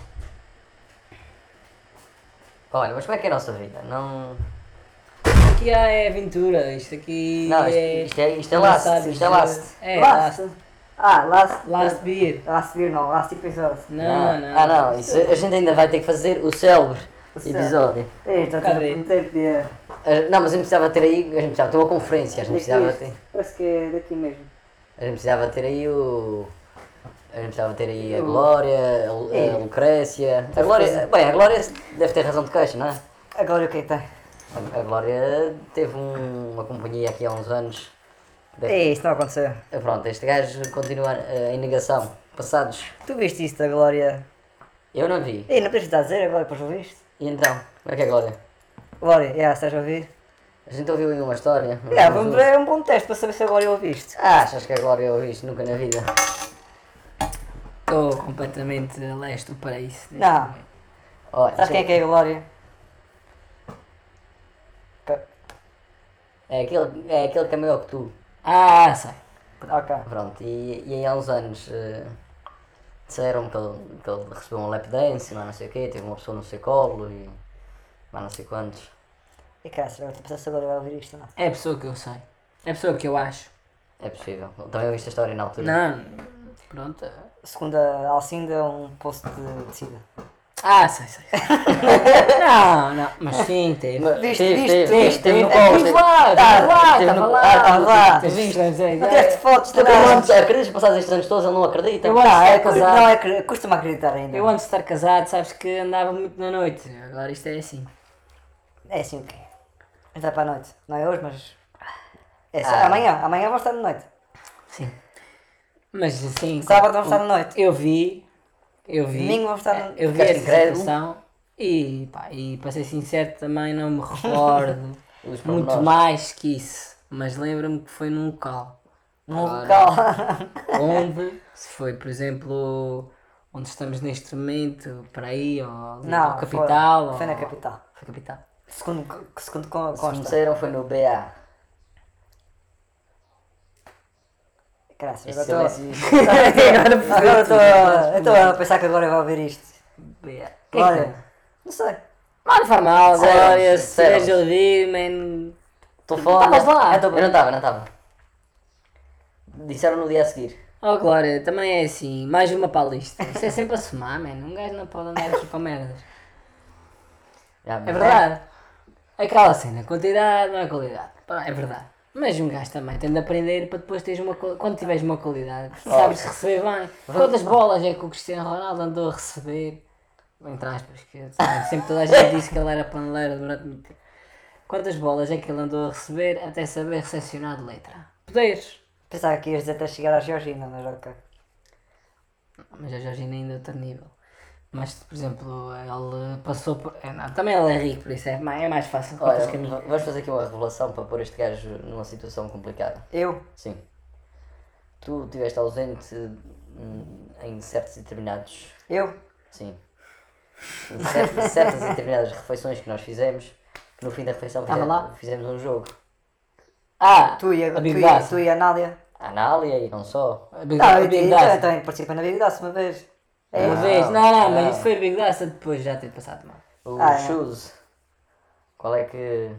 Speaker 1: Olha, mas como é que é a nossa vida? Não.
Speaker 3: Isto aqui já é aventura, isto aqui.
Speaker 1: Não, isto,
Speaker 3: é.
Speaker 1: isto é, isto é
Speaker 3: não
Speaker 1: last,
Speaker 3: sabes,
Speaker 1: isto é last.
Speaker 3: É, last.
Speaker 2: Last. Ah, last.
Speaker 3: Last beer.
Speaker 2: Last beer não, last episode.
Speaker 3: Não,
Speaker 1: Ah,
Speaker 3: não.
Speaker 1: Ah, não, isso, a gente ainda vai ter que fazer o célebre
Speaker 2: célebre.
Speaker 1: episódio.
Speaker 2: Eita,
Speaker 3: Cadê?
Speaker 2: não tem dia.
Speaker 1: Ah, Não, mas a gente precisava ter aí, a gente precisava ter uma conferência, a gente precisava ter.
Speaker 2: Parece que é daqui mesmo.
Speaker 1: A gente precisava ter aí o. A gente precisava ter aí a Glória, a, a Lucrécia. A Glória. Bem, a Glória deve ter razão de queixa, não é?
Speaker 2: Agora o que é que tem?
Speaker 1: A, a Glória teve um- uma companhia aqui há uns anos. Deve-
Speaker 2: Ei, É, isto não aconteceu.
Speaker 1: Ah, Pronto, este gajo continua eh, em negação. Passados.
Speaker 2: Tu viste isso da Glória?
Speaker 1: Eu não vi.
Speaker 2: Ei, não precisas estar a dizer agora, depois o viste?
Speaker 1: E então? Como é que é a Glória?
Speaker 2: Glória, yeah, estás a ouvir?
Speaker 1: A gente ouviu em uma história.
Speaker 2: Yeah, vamos- é um bom teste para saber se agora eu ouviste.
Speaker 1: Ah, achas que agora eu ouvi isto nunca na vida?
Speaker 3: Estou completamente a leste do paraíso. neste
Speaker 2: Não.
Speaker 3: momento.
Speaker 1: Olha,
Speaker 2: Sabes quem é que é a Glória? Ca-
Speaker 1: é? aquele, é aquele que é maior que tu.
Speaker 3: Ah, sei.
Speaker 2: Ok.
Speaker 1: Pronto, e, e há uns anos eh, disseram que ele, que ele recebeu um lap dance, mas não sei o quê, teve uma pessoa no seu colo e mas não sei quantos.
Speaker 2: E cara, será que pessoa agora vai ouvir isto ou não?
Speaker 3: É a pessoa que eu sei. É a pessoa que eu acho.
Speaker 1: É possível. Eu também ouvi esta história na altura.
Speaker 3: Não. Pronto.
Speaker 2: Segundo a Alcinda, um post de, de sida.
Speaker 3: Ah, sei, sei. não, não. Mas sim, teve.
Speaker 2: Viste,
Speaker 1: Teve,
Speaker 2: viste,
Speaker 1: teve,
Speaker 2: viste,
Speaker 1: teve no
Speaker 2: viste.
Speaker 1: colo,
Speaker 2: Estive
Speaker 1: teve-
Speaker 2: lá,
Speaker 1: teve-
Speaker 2: estive lá,
Speaker 1: teve no-
Speaker 2: estava lá,
Speaker 1: ah,
Speaker 2: estava lá.
Speaker 3: Tens visto, não sei.
Speaker 2: Não tiveste fotos de
Speaker 1: Tu
Speaker 2: nada.
Speaker 1: acreditas- acreditas que passados estes anos todos ele não acredita? Ah,
Speaker 3: Eu acho
Speaker 2: Não,
Speaker 3: que
Speaker 2: é,
Speaker 3: é
Speaker 2: cu-
Speaker 3: casado.
Speaker 2: não é, cre- custa-me acreditar ainda.
Speaker 3: Eu antes de estar casado, sabes que andava muito na noite. Agora isto é assim.
Speaker 2: É assim o quê? Vai para a noite. Não é hoje, mas. É assim.
Speaker 1: Ah.
Speaker 2: Amanhã, amanhã vou estar de noite.
Speaker 3: Sim. Mas assim.
Speaker 2: Sábado vamos estar de noite.
Speaker 3: Eu vi. Eu vi. é,
Speaker 2: Domingo vamos estar no-
Speaker 3: Eu vi
Speaker 1: Ficaste
Speaker 3: essa
Speaker 1: incrédulo?
Speaker 3: situação. E, pá, e para ser sincero também não me recordo
Speaker 1: Os pormenores.
Speaker 3: muito mais que isso. Mas lembro-me que foi num local.
Speaker 2: Num
Speaker 3: Agora-
Speaker 2: local.
Speaker 3: onde, se foi, por exemplo, onde estamos neste momento, para aí, ou ali
Speaker 2: não,
Speaker 3: ao capital.
Speaker 2: Foi,
Speaker 3: ou-
Speaker 2: foi na capital.
Speaker 3: Foi capital.
Speaker 2: Segundo, co- segundo co-
Speaker 1: Quando
Speaker 2: consta.
Speaker 1: disseram foi no BA.
Speaker 2: Graças,
Speaker 1: Esse
Speaker 2: agora estou.
Speaker 1: silêncio-
Speaker 2: Agora estou a- eu estou a pensar que agora vai ouvir isto.
Speaker 3: Bem, que é que tem?
Speaker 2: Olha, não sei.
Speaker 3: Mas não faz mal,
Speaker 1: Sério,
Speaker 3: Glória, se
Speaker 1: sério.
Speaker 3: estiveres a ouvir, man.
Speaker 1: Telefone.
Speaker 3: Estavas lá?
Speaker 1: Eu É, tô- eu não estava, não estava. Disseram no dia a seguir.
Speaker 3: Oh, Glória, também é assim, mais uma para a lista. Isso é sempre a somar, man. Um gajo não pode andar aqui com merdas.
Speaker 1: Já,
Speaker 3: É verdade. Aquela cena, quantidade não é qualidade. Pá, É verdade. Mas um gajo também tem de aprender para depois teres uma quali- quando tiveres uma qualidade, sabes receber bem. Quantas bolas é que o Cristiano Ronaldo andou a receber? Entre aspas, que sabe, sempre toda a gente disse que ele era paneleiro durante muito tempo. Quantas bolas é que ele andou a receber até saber recepcionar de letra? Poderes.
Speaker 2: Pensava que ias dizer até chegar à Georgina, mas ok.
Speaker 3: Mas a Georgina ainda é outro nível. Mas, por exemplo, ele passou por. é, não, também ele é rico, por isso é, ma- é mais fácil.
Speaker 1: Olha,
Speaker 3: quantas camisas-
Speaker 1: v- vamos fazer aqui uma revelação para pôr este gajo numa situação complicada.
Speaker 2: Eu?
Speaker 1: Sim. Tu estiveste ausente hum, em certos determinados.
Speaker 2: Eu?
Speaker 1: Sim. Em certas, certas e determinadas refeições que nós fizemos, que no fim da refeição
Speaker 3: Tava
Speaker 1: fize-
Speaker 3: lá?
Speaker 1: fizemos um jogo.
Speaker 3: Ah,
Speaker 2: Tu e a,
Speaker 3: a
Speaker 2: tu
Speaker 3: Big
Speaker 2: e,
Speaker 3: Data.
Speaker 2: tu e a Nádia?
Speaker 1: A Anália e não só.
Speaker 3: A Big,
Speaker 2: Não,
Speaker 3: a
Speaker 2: eu,
Speaker 3: Big
Speaker 2: então,
Speaker 3: Data.
Speaker 2: então eu participei na Big Data uma vez. É.
Speaker 3: Uma
Speaker 1: Ah,
Speaker 3: vez. Não, não,
Speaker 1: ah.
Speaker 3: mas isso foi a Big Data depois de já ter passado mal.
Speaker 1: O
Speaker 2: Ah, é.
Speaker 1: Shoes. Qual é que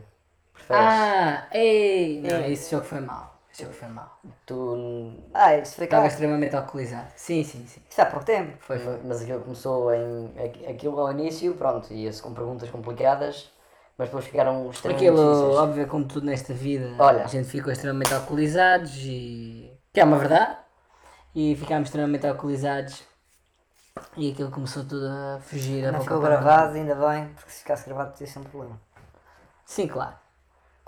Speaker 1: preferes?
Speaker 3: Ah, ei. Não, esse jogo foi mal. Esse jogo foi mal.
Speaker 1: Tu. n-
Speaker 2: Ah, isso foi
Speaker 3: Estava
Speaker 2: cá.
Speaker 3: extremamente alcoolizado. Sim, sim, sim.
Speaker 2: Isso há pouco tempo.
Speaker 3: Foi, foi.
Speaker 1: Mas aquilo começou em. aqu- Aquilo ao início, pronto, ia-se com perguntas complicadas, mas depois ficaram extremamente
Speaker 3: Aquilo,
Speaker 1: difíceis.
Speaker 3: óbvio, como tudo nesta vida,
Speaker 1: Olha.
Speaker 3: a gente ficou extremamente alcoolizados e. que é uma verdade. E ficámos extremamente alcoolizados e aquilo começou tudo a fugir a
Speaker 2: Não
Speaker 3: boca
Speaker 2: ficou
Speaker 3: para lá.
Speaker 2: gravado, ainda bem, porque se ficasse gravado podia ser um problema.
Speaker 3: Sim, claro.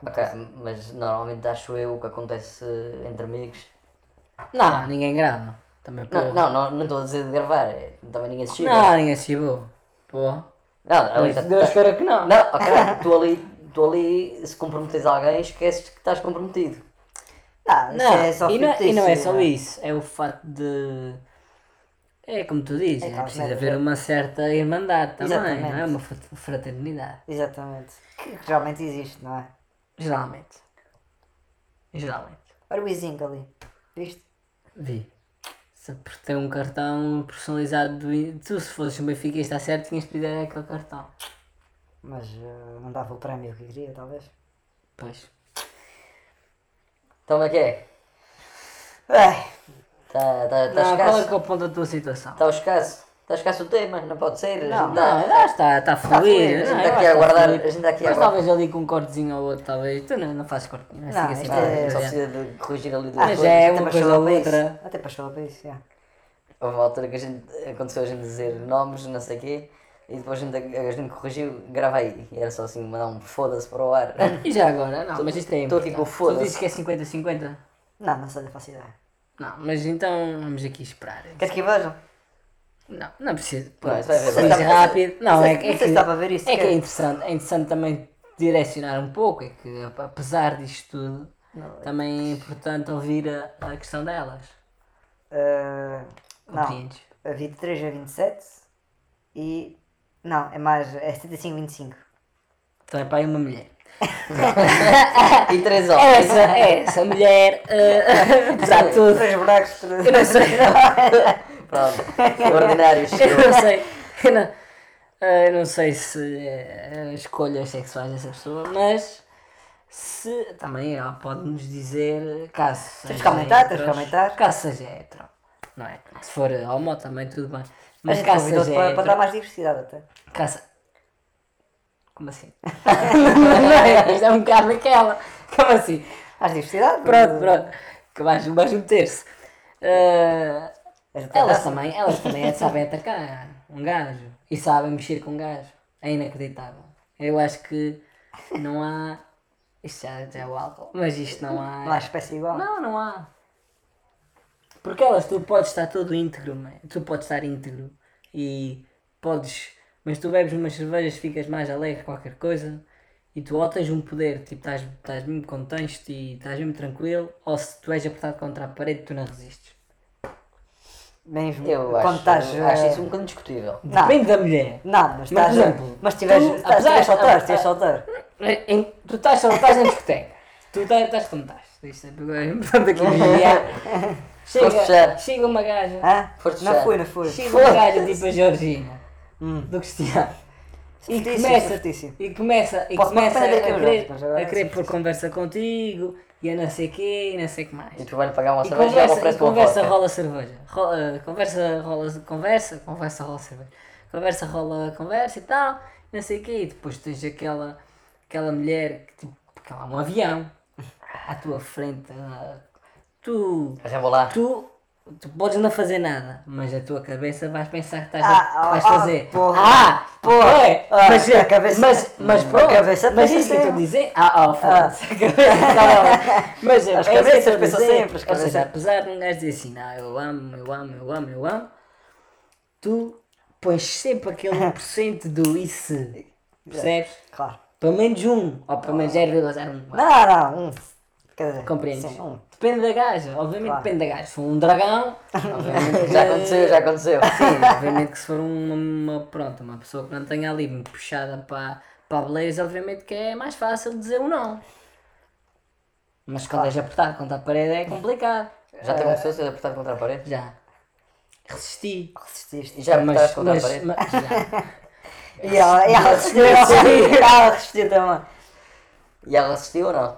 Speaker 1: Ok, mas normalmente acho eu o que acontece entre amigos.
Speaker 3: Não, ninguém grava. Também
Speaker 1: Não,
Speaker 3: pô.
Speaker 1: não, não, não estou a dizer de gravar, é, também ninguém assistiu.
Speaker 3: Não, ninguém se chibou. Pô.
Speaker 1: Não, ali tá-
Speaker 3: Deus queira que não.
Speaker 1: Não, ok, tu ali, tu ali, se comprometes alguém, esqueces que estás comprometido.
Speaker 2: Não, isso
Speaker 3: Não,
Speaker 2: é só
Speaker 3: e, não e não é
Speaker 2: fictício,
Speaker 3: só
Speaker 2: não é?
Speaker 3: isso, é o facto de. É como tu dizes, é,
Speaker 2: claro,
Speaker 3: preciso
Speaker 2: né?
Speaker 3: haver uma certa irmandade também,
Speaker 2: Exatamente.
Speaker 3: não é? Uma fra- fraternidade.
Speaker 2: Exatamente. Que geralmente existe, não é?
Speaker 3: Geralmente. Geralmente.
Speaker 2: Olha o Wizinho ali. Viste?
Speaker 3: Vi. Se por ter um cartão personalizado do. I- Tu, se fosses um benfiquista a certo, tinhas pedido era aquele cartão.
Speaker 2: Mas eh, não dava o prémio que queria, talvez.
Speaker 3: Pois.
Speaker 1: Então como é que é?
Speaker 2: Ai,
Speaker 1: Está tá, tá
Speaker 3: Não, qual é
Speaker 1: escasso? Tá.
Speaker 3: que é o ponto da tua situação?
Speaker 1: Está escasso? Está escasso o tema, não pode ser. a
Speaker 2: Não,
Speaker 1: gente tá-
Speaker 3: Não, já está, está a fluir.
Speaker 1: a gente
Speaker 3: não,
Speaker 1: está aqui
Speaker 3: eu acho
Speaker 1: a
Speaker 3: que
Speaker 1: guardar,
Speaker 3: fluir.
Speaker 1: a gente está aqui a
Speaker 3: Mas
Speaker 1: guardar.
Speaker 3: talvez ali com um cortezinho ou outro, talvez. Tu não, não fazes corte. Não,
Speaker 2: Não,
Speaker 3: assim,
Speaker 2: isto
Speaker 3: mais
Speaker 2: é-
Speaker 3: ou menos.
Speaker 1: Só precisa de corrigir ali duas
Speaker 3: Mas
Speaker 1: coisas.
Speaker 3: é
Speaker 2: até
Speaker 3: uma
Speaker 2: passou
Speaker 3: coisa
Speaker 2: lá
Speaker 3: ou
Speaker 2: para isso.
Speaker 3: outra.
Speaker 2: Até passou lá para isso, já.
Speaker 1: Houve uma altura que a gente, aconteceu a gente dizer nomes, não sei o quê, e depois a gente, a gente corrigiu, grava aí. E era só assim, mandar um foda-se para o ar.
Speaker 3: E já agora? Não, mas isto é
Speaker 1: tô aqui
Speaker 3: importante.
Speaker 1: com o foda-se.
Speaker 3: Tu dizes que é 50-50?
Speaker 2: Não, não sei, não faço ideia.
Speaker 3: Não, mas então vamos aqui esperar.
Speaker 2: Queres que eu veja?
Speaker 3: Não, não precisa.
Speaker 1: Não,
Speaker 3: Pronto,
Speaker 1: isso vai ver.
Speaker 3: Foi
Speaker 2: Não sei se dá-
Speaker 3: rápido. Não,
Speaker 2: não sei-
Speaker 3: é, que-
Speaker 2: não
Speaker 3: é
Speaker 2: sei se
Speaker 3: que,
Speaker 2: dá para ver isso,
Speaker 3: é que
Speaker 2: quer-
Speaker 3: é interessante. É interessante também direcionar um pouco, é que ap- apesar disto tudo,
Speaker 2: Não,
Speaker 3: também é importante ouvir a, a questão delas.
Speaker 2: Ah, não,
Speaker 3: Compreendes?
Speaker 2: a 23 a 27 e. Não, é mais. É 75 25.
Speaker 3: Então é para aí uma mulher.
Speaker 1: E três horas.
Speaker 3: Essa, essa mulher, eh, apesar de tudo,
Speaker 2: Três buracos, três.
Speaker 3: eu não sei.
Speaker 1: Pronto. Ordinários.
Speaker 3: Eu não sei. Eu não, eu não sei se eh, escolhas sexuais dessa pessoa, mas se também ela pode-nos dizer caso seja.
Speaker 2: Tens que aumentar, tens que
Speaker 3: heteros-
Speaker 2: aumentar.
Speaker 3: Caso seja hetero. Não é? Se for homo também tudo bem.
Speaker 2: Mas
Speaker 3: Mas
Speaker 2: é
Speaker 3: caso seja
Speaker 2: convidou-te para, para dar
Speaker 3: hetero.
Speaker 2: mais diversidade até.
Speaker 3: Caso... Como assim? não é? Isto é um bocado aquela. Como assim?
Speaker 2: Mais diversidade?
Speaker 3: Pronto, pronto. Que vais, vais meter-se. Eh,
Speaker 2: És de
Speaker 3: elas
Speaker 2: terraça.
Speaker 3: também, elas também sabem atacar um gajo e sabem mexer com um gajo. É inacreditável. Eu acho que não há. Isto já, já é o álcool, mas isto não há.
Speaker 2: Não há espécie igual.
Speaker 3: Não, não há. Porque elas, tu podes estar todo íntegro, mãe. tu podes estar íntegro e podes. Mas tu bebes umas cervejas, ficas mais alegre, qualquer coisa, e tu ou tens um poder, tipo, estás, estás mesmo contente e estás mesmo tranquilo, ou se tu és apertado contra a parede, tu não resistes.
Speaker 2: Mesmo.
Speaker 1: Eu
Speaker 2: quando
Speaker 1: acho,
Speaker 2: estás.
Speaker 1: acho
Speaker 2: eh,
Speaker 1: isso um bocadinho discutível.
Speaker 2: Não.
Speaker 3: Depende da mulher.
Speaker 2: Não, mas
Speaker 3: Mas, por
Speaker 2: estás. eh,
Speaker 3: exemplo,
Speaker 2: Mas tiveres.
Speaker 3: tu-
Speaker 2: estás-
Speaker 3: apesar-
Speaker 2: Tiveres solteiro, tiveres
Speaker 3: a-
Speaker 2: solteiro.
Speaker 3: Em- tu estás, só- estás na discoteca. Tu estás, estás como estás. Isto é importante aqui vigiar.
Speaker 1: Foste já.
Speaker 3: Chega, chega uma gaja.
Speaker 2: Hã?
Speaker 1: Foste
Speaker 2: Não
Speaker 1: já.
Speaker 2: fui, não fui.
Speaker 3: Chega uma gaja tipo a Georgina.
Speaker 2: Hum.
Speaker 3: Do Cristiano. E
Speaker 2: Fortíssimo,
Speaker 3: começa, tipo,
Speaker 2: fortíssimo.
Speaker 3: e começa, e
Speaker 2: é Posso- posso
Speaker 3: começa a,
Speaker 2: perder aqui uns
Speaker 3: querer,
Speaker 2: jogos, mas agora é assim
Speaker 3: a querer
Speaker 2: sim,
Speaker 3: pôr conversa contigo e a não sei quê e não sei o que mais.
Speaker 1: E
Speaker 2: Então,
Speaker 1: tu vais pagar uma
Speaker 3: E
Speaker 1: cerveja e ela
Speaker 3: conversa, e
Speaker 1: oferece uma
Speaker 3: conversa
Speaker 1: vodka.
Speaker 3: rola cerveja. Rola, eh, conversa rola conversa, conversa rola cerveja. Conversa rola conversa e tal, não sei o quê. E depois tens aquela, aquela mulher que tipo, que ela é um avião à tua frente. ah, Tu,
Speaker 1: A rebolar.
Speaker 3: tu, tu podes não fazer nada, mas a tua cabeça vais pensar que estás
Speaker 2: Ah,
Speaker 3: a, vais
Speaker 2: ah,
Speaker 3: fazer.
Speaker 2: porra.
Speaker 3: ah, porra! é,
Speaker 2: Ah,
Speaker 3: mas,
Speaker 2: a cabeça-
Speaker 3: mas, mas
Speaker 2: a
Speaker 3: pronto,
Speaker 2: cabeça
Speaker 3: mas é
Speaker 2: pensa
Speaker 3: isso que eu estou a
Speaker 2: sempre.
Speaker 3: dizer. Ah, ah, foda-se. A cabeça está lá.
Speaker 2: As
Speaker 3: Mas é isso que eu
Speaker 2: cabeças
Speaker 3: estou a
Speaker 2: pensam
Speaker 3: dizer.
Speaker 2: sempre, as
Speaker 3: Ou seja,
Speaker 2: cabeças-
Speaker 3: apesar de um gajo dizer assim, não, eu amo, eu amo, eu amo, eu amo, tu pões sempre aquele 1% do e
Speaker 2: É.
Speaker 3: se. Percebes?
Speaker 2: Claro.
Speaker 3: Pelo menos um, ou pelo menos 0,01.
Speaker 2: Não, não, um. Quer dizer,
Speaker 3: Compreendes?
Speaker 2: Sim, um.
Speaker 3: Depende da gaja, obviamente
Speaker 2: Claro.
Speaker 3: depende da gaja. Se for um dragão, obviamente
Speaker 1: Já
Speaker 3: que-
Speaker 1: aconteceu, já aconteceu.
Speaker 3: Sim, obviamente que se for uma, uma- pronto, uma pessoa que não tenha ali muito puxada para, para a beleza, obviamente que é mais fácil dizer o não. Mas quando és apertado contra a parede é complicado.
Speaker 1: Já te aconteceu ser apertado contra a parede?
Speaker 3: Já. Resisti.
Speaker 1: E
Speaker 2: Resististe.
Speaker 1: já
Speaker 3: mas,
Speaker 1: apertaste contra a
Speaker 3: mas,
Speaker 1: parede?
Speaker 3: mas- já.
Speaker 2: E ela, e ela resistiu. E ela resistiu também.
Speaker 1: E ela assistiu ou não?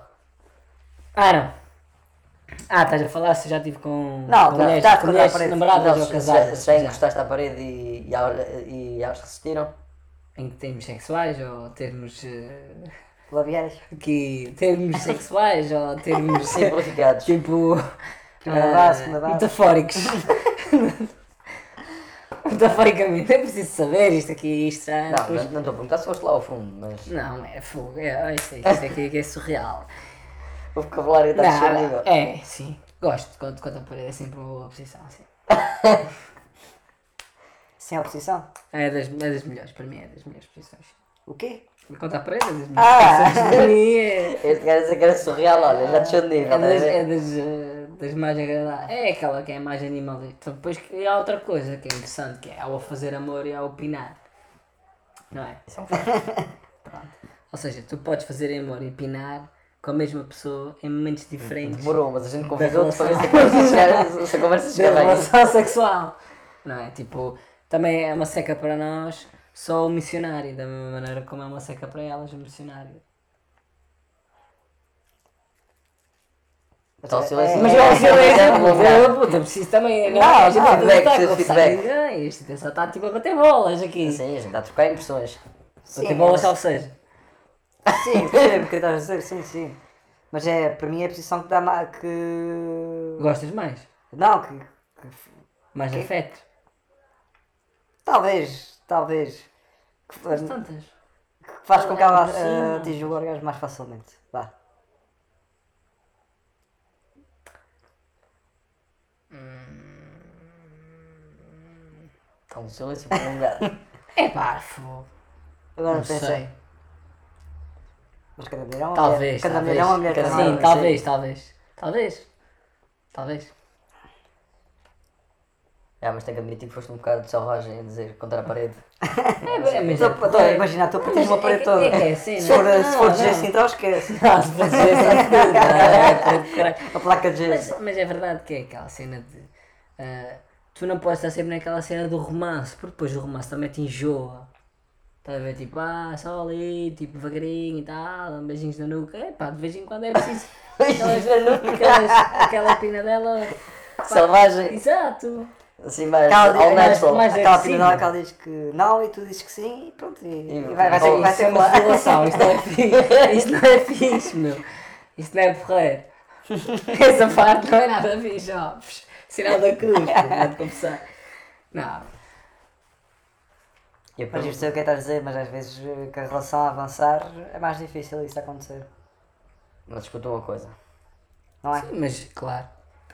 Speaker 3: Ah, não. Ah, estás a falar se já estive com,
Speaker 2: Não,
Speaker 3: com
Speaker 2: já
Speaker 3: mulheres,
Speaker 2: estás
Speaker 3: com
Speaker 2: contra a
Speaker 3: mulheres
Speaker 2: parede.
Speaker 1: Não,
Speaker 3: namoradas ou
Speaker 1: se-
Speaker 3: casadas.
Speaker 1: Já, já
Speaker 3: já.
Speaker 1: encostaste à parede e, e, ela- e elas resistiram?
Speaker 3: Em termos sexuais ou termos. eh,
Speaker 2: Labiais.
Speaker 3: que termos sexuais ou termos
Speaker 1: Simplificados.
Speaker 3: tipo
Speaker 2: Primeira
Speaker 3: ah,
Speaker 2: base, segunda base.
Speaker 3: metafóricos metaforicamente é preciso saber isto aqui isto já
Speaker 1: Não, não não estou a perguntar se foste lá ao fundo, mas
Speaker 3: não é fogo é, é isso aí, isto aqui é que é surreal
Speaker 1: o vocabulário está disponível.
Speaker 3: não, é sim gosto quando quando a parede é sempre uma boa posição sim.
Speaker 2: Sem oposição.
Speaker 3: é das, é das melhores para mim é das melhores posições
Speaker 2: O quê?
Speaker 3: quando a parede é das melhores
Speaker 2: Ah.
Speaker 3: posições para mim é
Speaker 1: Este gajo dizer que era surreal, olha, já desceu de nível.
Speaker 3: É
Speaker 1: estás a
Speaker 3: das,
Speaker 1: ver?
Speaker 3: é das, eh, das mais agradáveis. É aquela que é mais animalista. Depois que há outra coisa que é interessante, que é ao fazer amor e ao opinar. Não é?
Speaker 1: Isso é um facto.
Speaker 3: Ou seja, tu podes fazer amor e opinar com a mesma pessoa em momentos diferentes
Speaker 1: Demorou, mas a gente convidou-te para ver se a conversa chega- se a conversa
Speaker 3: da
Speaker 1: chegava aí.
Speaker 3: relação sexual. Não é? Tipo, também é uma seca para nós, só o missionário, da mesma maneira como é uma seca para elas, o missionário.
Speaker 1: Então, silêncio.
Speaker 3: Mas eu acho que é um exemplo, eu, puta, preciso também. Não, a gente
Speaker 1: não,
Speaker 3: não
Speaker 1: feedback,
Speaker 3: está a
Speaker 1: preciso
Speaker 3: conversar
Speaker 1: feedback.
Speaker 3: ninguém. Isto tem só está tipo a bater bolas aqui.
Speaker 1: Sim, a gente está a trocar impressões.
Speaker 3: Bater bolas, ou seja.
Speaker 2: Sim, percebo o que estás a dizer, sim, sim. Mas é, para mim é a posição que dá ma- que.
Speaker 3: Gostas mais?
Speaker 2: Não, que. que-
Speaker 3: Mais afeto?
Speaker 2: Talvez, talvez. Que faz, que
Speaker 3: Tantas.
Speaker 2: faz com que ela
Speaker 3: Por
Speaker 2: ah,
Speaker 3: cima.
Speaker 2: atinja o orgasmo mais facilmente. Vá.
Speaker 1: Então, silêncio prolongado.
Speaker 3: É barfo.
Speaker 2: Agora
Speaker 3: Não
Speaker 2: pensei.
Speaker 3: sei.
Speaker 2: Mas cada mulher é uma mulher.
Speaker 3: Talvez.
Speaker 2: Cada
Speaker 3: talvez.
Speaker 2: mulher é uma mulher.
Speaker 3: Cada-
Speaker 2: cada
Speaker 3: Sim,
Speaker 2: homem.
Speaker 3: talvez, talvez. Talvez. Talvez.
Speaker 1: Ah, mas tenho que admitir que foste um bocado selvagem a dizer contra a parede.
Speaker 3: É, é, mas
Speaker 2: Estou estou a imaginar, então, tu tens uma
Speaker 3: é
Speaker 2: parede
Speaker 3: que-
Speaker 2: toda.
Speaker 3: é que é assim,
Speaker 2: Se
Speaker 3: não é?
Speaker 2: for, se for
Speaker 3: Não,
Speaker 2: de
Speaker 3: não.
Speaker 2: Jacinto, esquece.
Speaker 3: Ah, se fosse esse, era tudo, caralho, caralho.
Speaker 2: A placa de
Speaker 3: Mas,
Speaker 2: gesso.
Speaker 3: mas é verdade que é aquela cena de. ah, tu não podes estar sempre naquela cena do romance, porque depois o romance também te enjoa. Estás a ver, tipo, ah, só ali, tipo, devagarinho e tal, dá beijinhos na nuca. É pá, de vez em quando é preciso. Aquelas, aquelas, aquela pina dela.
Speaker 1: Selvagem!
Speaker 3: Exato!
Speaker 1: Assim, mais
Speaker 2: Ela diz-
Speaker 1: ao
Speaker 2: ela-
Speaker 1: natural.
Speaker 3: mais-
Speaker 2: Aquela
Speaker 3: agressiva.
Speaker 2: pinadela que ela diz que não e tu dizes que sim e pronto. E, e vai,
Speaker 1: Ou-
Speaker 2: vai ser, vai
Speaker 3: isso é
Speaker 2: ser
Speaker 3: uma
Speaker 2: claro.
Speaker 3: revelação, isto não é fixe, isto não é fixe, meu. Isto não é porreiro. Essa parte não é nada fixe, ó. Psh, Sinal da cruz, pô, há de começar. Não,
Speaker 1: E eu
Speaker 2: Mas eu
Speaker 1: pergunto,
Speaker 2: sei o que é que estás a dizer, mas às vezes eh, com a relação a avançar é mais difícil isso acontecer.
Speaker 1: mas escuta uma coisa.
Speaker 2: Não é?
Speaker 3: sim, mas claro.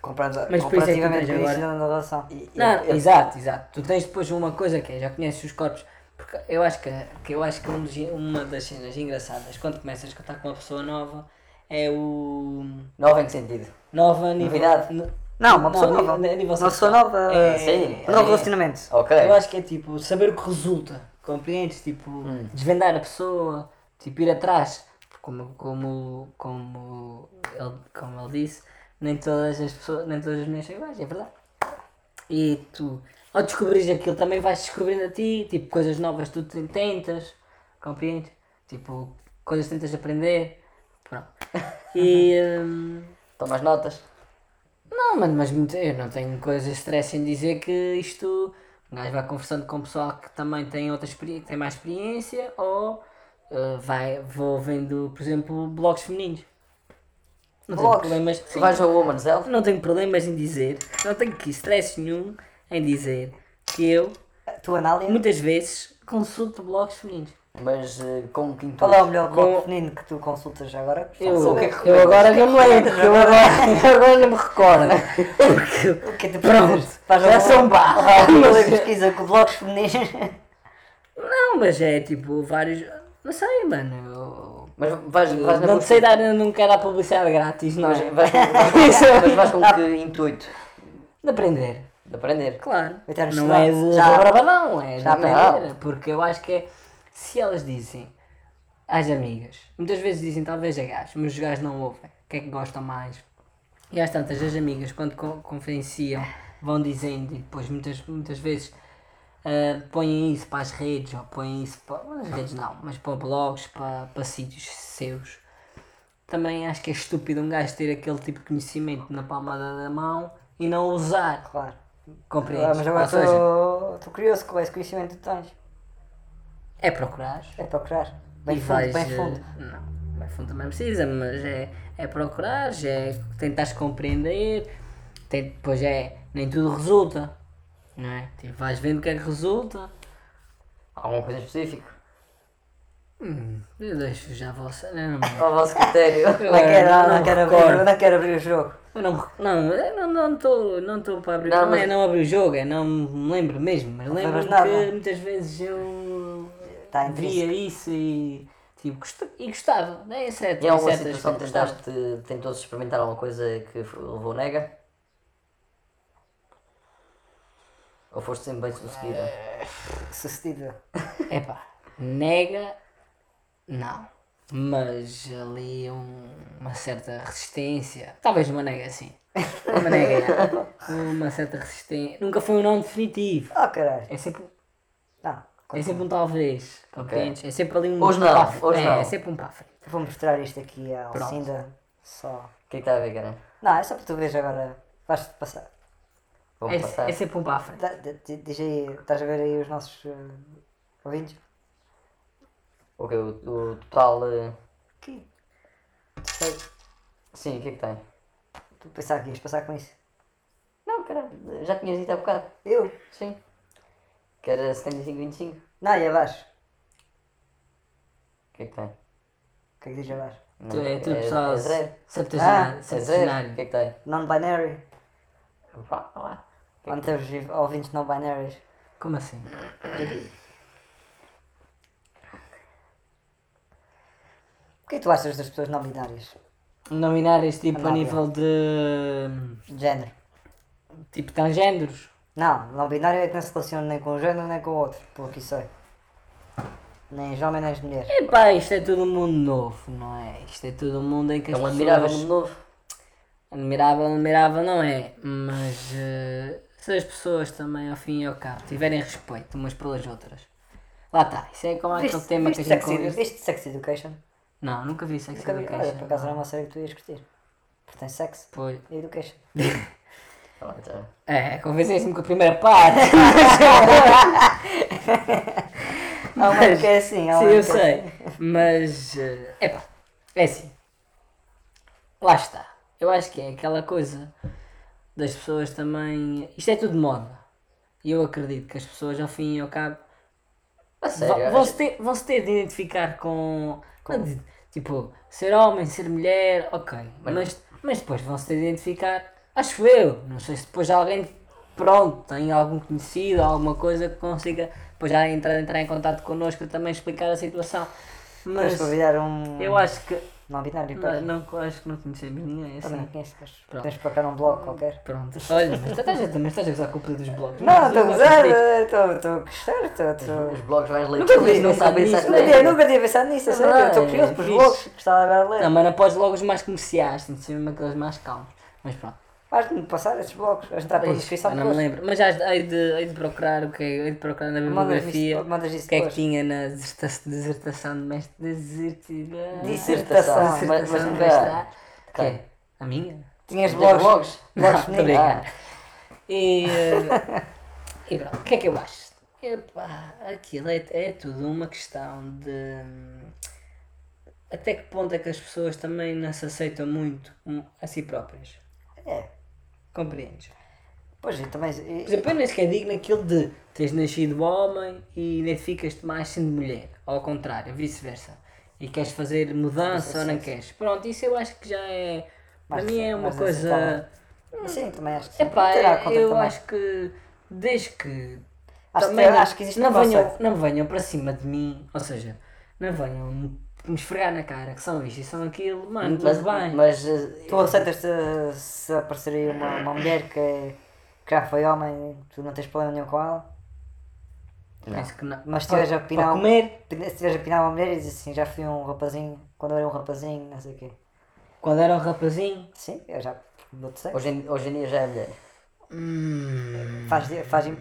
Speaker 2: Comprando,
Speaker 3: Mas por isso é que tu
Speaker 2: comparativamente
Speaker 3: tens
Speaker 2: com isso
Speaker 3: agora-
Speaker 2: na relação.
Speaker 1: E- e-
Speaker 3: Não,
Speaker 1: eu-
Speaker 3: É, exato, exato. Tu tens depois uma coisa que é, já conheces os corpos. Porque eu acho que, que, eu acho que um dos- uma das cenas engraçadas quando começas a contar com uma pessoa nova é o.
Speaker 1: Nova em que sentido?
Speaker 3: Nova nível.
Speaker 1: Novidade.
Speaker 3: n-
Speaker 2: Não, uma pessoa nova.
Speaker 3: a nível
Speaker 2: Uma pessoa
Speaker 3: sexual.
Speaker 2: nova.
Speaker 3: É,
Speaker 1: sim.
Speaker 2: Um novo relacionamento.
Speaker 1: Ok.
Speaker 3: Eu acho que é tipo saber o que resulta, compreendes? Tipo, desvendar a pessoa, tipo ir atrás, como, como, como, ele, como ele disse, nem todas as pessoas, nem todas as mulheres são iguais, é verdade. E tu, ao descobrires aquilo, também vais descobrindo a ti, tipo, coisas novas tu te- tentas, compreendes? Tipo, coisas que tentas aprender, pronto. E. hum,
Speaker 1: Tomas notas?
Speaker 3: não, mano, mas muito- eu não tenho coisas de stress em dizer que isto. Um gajo vai conversando com pessoal que também tem outra experiência, que tem mais experiência, ou eh, vai, vou vendo, por exemplo, blogs femininos. Não tenho
Speaker 2: Blogs?
Speaker 3: problemas.
Speaker 1: Tu vais ao Woman's Health?
Speaker 3: Não tenho problemas em dizer, não tenho que stress nenhum em dizer que eu,
Speaker 2: Tu análise.
Speaker 3: muitas vezes, consulto blogs femininos.
Speaker 1: Mas eh, com que
Speaker 2: Qual é o
Speaker 1: intuito?
Speaker 2: melhor blog feminino que tu consultas agora?
Speaker 3: Eu,
Speaker 2: Só é saber.
Speaker 3: eu agora não me lembro, eu agora, eu agora não me recordo. Porque,
Speaker 2: O que é que tu
Speaker 3: pronto,
Speaker 2: preferes? Vais ao
Speaker 3: já
Speaker 2: blog-
Speaker 3: são
Speaker 2: Vai ao
Speaker 3: barras.
Speaker 2: Google e pesquisa com blogs femininos.
Speaker 3: Não, mas é tipo vários. Não sei, mano.
Speaker 1: Mas vais,
Speaker 3: Eu-
Speaker 1: vais na
Speaker 3: não
Speaker 1: busca-
Speaker 3: sei dar, não quero dar publicidade grátis, não.
Speaker 1: Mas
Speaker 3: é?
Speaker 1: vais, mas vais com que intuito?
Speaker 3: De aprender,
Speaker 1: De aprender.
Speaker 3: claro.
Speaker 2: Vai ter
Speaker 3: Não
Speaker 2: estudar.
Speaker 3: é de
Speaker 2: Já-
Speaker 3: rabadão, é de
Speaker 2: já
Speaker 3: aprender.
Speaker 1: aprendi.
Speaker 3: Porque eu acho que é. Se elas dizem às amigas, muitas vezes dizem talvez a gajos, mas os gajos não ouvem. O que é que gostam mais? E às tantas, as amigas, quando co- conferenciam, vão dizendo e depois muitas, muitas vezes ah, põem isso para as redes, ou põem isso para. As redes não, mas para blogs, para, para sítios seus. Também acho que é estúpido um gajo ter aquele tipo de conhecimento na palmada da mão e não usar.
Speaker 2: Claro. Ah,
Speaker 3: Compreendes?
Speaker 2: Mas
Speaker 3: Ou seja,
Speaker 2: agora estou curioso com esse conhecimento que tu tens.
Speaker 3: é procurar.
Speaker 2: É procurar. Bem
Speaker 3: e
Speaker 2: fundo,
Speaker 3: vais,
Speaker 2: bem
Speaker 3: eh,
Speaker 2: fundo.
Speaker 3: Não, bem fundo também precisa, mas é, é procurar, é tentar compreender, tem, depois é. nem tudo resulta, não é? Tipo, vais vendo o que é que resulta.
Speaker 1: Alguma coisa específica?
Speaker 3: Hum, eu deixo já a vossa. Não, não,
Speaker 1: Ao vosso critério.
Speaker 3: eh, eu
Speaker 2: Não quero,
Speaker 3: agora
Speaker 2: não,
Speaker 3: me
Speaker 2: quero
Speaker 3: recordo.
Speaker 2: abrir, não quero abrir o jogo.
Speaker 3: Eu não me rec- não, eu não não estou não estou para abrir. Não,
Speaker 1: Não,
Speaker 3: é
Speaker 1: mas-
Speaker 3: não abrir o jogo, é não me lembro mesmo, mas lembro
Speaker 2: lembras nada.
Speaker 3: que muitas vezes eu
Speaker 2: Tá
Speaker 3: via isso e tipo gost- e gostava, né? Exceto,
Speaker 1: E é? alguma
Speaker 3: exceto as
Speaker 1: situação que
Speaker 3: coisas que gostava.
Speaker 1: tentaste, tentou-se experimentar alguma coisa que f- levou nega? Ou foste sempre bem sucedida?
Speaker 2: Sucedido.
Speaker 3: Epá, nega não. Mas ali um- uma certa resistência. Talvez uma nega sim. Uma nega. é. uma certa resistência. Nunca foi um não definitivo.
Speaker 2: Oh caralho. Tá,
Speaker 3: É sempre
Speaker 2: Não.
Speaker 3: É sempre um talvez, compreendes? É sempre ali um.
Speaker 1: Hoje não,
Speaker 3: para a frente.
Speaker 1: hoje
Speaker 3: é,
Speaker 1: não.
Speaker 3: é sempre um para a frente.
Speaker 2: Vou mostrar isto aqui à
Speaker 3: Pronto.
Speaker 2: Alcinda. Só.
Speaker 1: O que é que está a ver, cara?
Speaker 2: Não, é só para tu veres agora. Vais-te passar.
Speaker 1: Vamos passar.
Speaker 3: É, é sempre um para a frente.
Speaker 2: Dá- dá- di- Diz aí, estás a ver aí os nossos eh, ouvintes?
Speaker 1: Ok, o, o total. eh,
Speaker 2: Que. Sei,
Speaker 1: Sim, o que é que tem?
Speaker 2: tu pensar que ias passar com isso.
Speaker 1: Não, caralho, já tinhas dito há bocado.
Speaker 2: Eu?
Speaker 1: Sim. Que era 75-25.
Speaker 2: Não, e abaixo.
Speaker 1: O que é que tem?
Speaker 2: O que é que diz abaixo?
Speaker 3: Tu, é Ah, tudo pessoal.
Speaker 1: É zero.
Speaker 3: septagenário.
Speaker 1: É zero. O que
Speaker 3: septagenário.
Speaker 1: é que tem?
Speaker 2: Non-binary.
Speaker 1: Vá, vá.
Speaker 3: é
Speaker 2: Onde temos ouvintes não-binaries.
Speaker 3: Como assim?
Speaker 2: O que é que tu achas das pessoas não binárias?
Speaker 3: Nominar este tipo a
Speaker 2: Anábia.
Speaker 3: nível de.
Speaker 2: De género?
Speaker 3: tipo transgêneros.
Speaker 2: Não, não binário é que não se relaciona nem com um género nem com o outro, pelo que sei. Nem homem nem mulher.
Speaker 3: Epá, isto é tudo um mundo novo, não é? Isto é tudo um mundo em que
Speaker 1: É
Speaker 3: as
Speaker 1: um
Speaker 3: pessoas...
Speaker 1: admirável mundo novo.
Speaker 3: Admirável, admirável não é, mas eh, se as pessoas também, ao fim e ao cabo, tiverem respeito umas pelas outras. Lá está, isso é como aquele
Speaker 2: Viste,
Speaker 3: tema que
Speaker 2: viste,
Speaker 3: a gente
Speaker 2: sex,
Speaker 3: conversa.
Speaker 2: viste Sex Education?
Speaker 3: Não, nunca vi Sex
Speaker 2: Nunca vi cara, por
Speaker 3: Education.
Speaker 2: acaso era uma série que tu ias curtir. Porque tem sexo
Speaker 3: Pois.
Speaker 2: e education.
Speaker 1: Ah, então.
Speaker 3: É, convenceste-me com a primeira parte.
Speaker 2: Há uma que é assim, há
Speaker 3: Sim,
Speaker 2: uma que é
Speaker 3: eu
Speaker 2: assim.
Speaker 3: sei. Mas, eh, epá, é assim. Lá está. Eu acho que é aquela coisa das pessoas também. Isto é tudo moda. E eu acredito que as pessoas, ao fim e ao cabo,
Speaker 1: A sério,
Speaker 3: va-
Speaker 1: acho-
Speaker 3: vão-se ter, vão ter de identificar com. com- Tipo, ser homem, ser mulher, ok. Mas, mas depois vão-se ter de identificar, acho eu. Não sei se depois alguém, pronto, tem algum conhecido, alguma coisa que consiga depois já entrar, entrar em contato connosco e também explicar a situação.
Speaker 2: Vamos
Speaker 3: Mas
Speaker 2: convidar um
Speaker 3: eu acho que.
Speaker 2: não binário para
Speaker 3: Não,
Speaker 2: aqui.
Speaker 3: não, acho que não conhecemos
Speaker 2: Também
Speaker 3: ninguém assim.
Speaker 2: não é conheço, mas
Speaker 3: Pronto.
Speaker 2: podemos colocar um blog qualquer.
Speaker 3: Pronto, olha, mas estás a, mas estás a gozar com o poder dos blogs. é?
Speaker 2: Não, estou a
Speaker 3: Eu gosto
Speaker 2: gozar, eh,
Speaker 3: disso.
Speaker 2: estou- estou a gostar, estou- estou...
Speaker 1: Os blogs vais ler
Speaker 3: Nunca
Speaker 1: tudo,
Speaker 3: vi,
Speaker 1: não
Speaker 3: nunca vi
Speaker 1: sabem é.
Speaker 3: isso,
Speaker 1: pensar
Speaker 3: não
Speaker 2: Nunca tinha-
Speaker 1: nada.
Speaker 2: nunca tinha pensado nisso,
Speaker 1: É
Speaker 2: a sério, estou
Speaker 1: verdade,
Speaker 2: curioso
Speaker 1: é
Speaker 2: pelos
Speaker 1: fixe.
Speaker 2: blogs, gostava agora de
Speaker 3: Não,
Speaker 2: ler.
Speaker 3: mas não podes logo os mais comerciais, tem de ser mesmo aqueles mais calmos. Mas pronto.
Speaker 2: Vais-me passar esses blogs, vais entrar
Speaker 3: É
Speaker 2: por
Speaker 3: isso,
Speaker 2: descrição
Speaker 3: eu não me
Speaker 2: depois.
Speaker 3: lembro. Mas já hei de, hei de procurar o que é, hei de procurar na
Speaker 2: Mandas
Speaker 3: bibliografia
Speaker 2: isso-
Speaker 3: o
Speaker 2: mandas isso
Speaker 3: que é que
Speaker 2: depois.
Speaker 3: tinha na deserta, desertação de mestre. Desertidão.
Speaker 2: Dissertação.
Speaker 1: Dissertação, mas mas
Speaker 3: de
Speaker 1: não
Speaker 3: mestrado.
Speaker 1: dá.
Speaker 3: Que é? A minha?
Speaker 2: Tinhas
Speaker 1: Tem
Speaker 2: blogs,
Speaker 1: blogs?
Speaker 2: blogs
Speaker 3: Não, tô
Speaker 2: femininos.
Speaker 3: brincando. E, eh, e pronto, o que é que eu acho? Epá, aquilo é, é tudo uma questão de até que ponto é que as pessoas também não se aceitam muito hum, a si próprias.
Speaker 2: É,
Speaker 3: Compreendes?
Speaker 2: pois, eu também...
Speaker 3: Por exemplo, eu nem sequer digo naquilo de teres nascido homem e identificas-te mais sendo mulher, ou ao contrário, vice-versa. E queres fazer mudança ou não queres. Pronto, isso eu acho que já é. Para
Speaker 2: Mais-
Speaker 3: mim é uma
Speaker 2: mais
Speaker 3: coisa.
Speaker 2: aceitável. Sim, também acho que sim.
Speaker 3: Epá,
Speaker 2: Terá conta
Speaker 3: eu
Speaker 2: também.
Speaker 3: acho que desde que
Speaker 2: Acho que
Speaker 3: também
Speaker 2: tem-
Speaker 3: não-
Speaker 2: acho que existe
Speaker 3: não venham,
Speaker 2: preconceito.
Speaker 3: não venham para cima de mim, ou seja, não venham me- me esfregar na cara que são isto e são aquilo, mano,
Speaker 1: Mas,
Speaker 3: tudo bem.
Speaker 1: mas eh,
Speaker 2: Tu aceitas se, se aparecer aí uma, uma mulher que, que já foi homem, tu não tens problema nenhum com ela,
Speaker 3: Penso que não.
Speaker 2: mas se
Speaker 3: Para-
Speaker 2: tiveres a
Speaker 3: para
Speaker 2: opinar,
Speaker 3: comer,
Speaker 2: se tiveres a opinar uma mulher e dizes assim, já fui um rapazinho, quando eu era um rapazinho, não sei o quê.
Speaker 3: quando era um rapazinho,
Speaker 2: Sim, eu já dou-te sei.
Speaker 1: hoje em, hoje em dia já é mulher.
Speaker 3: hum,
Speaker 2: Faz, faz, im-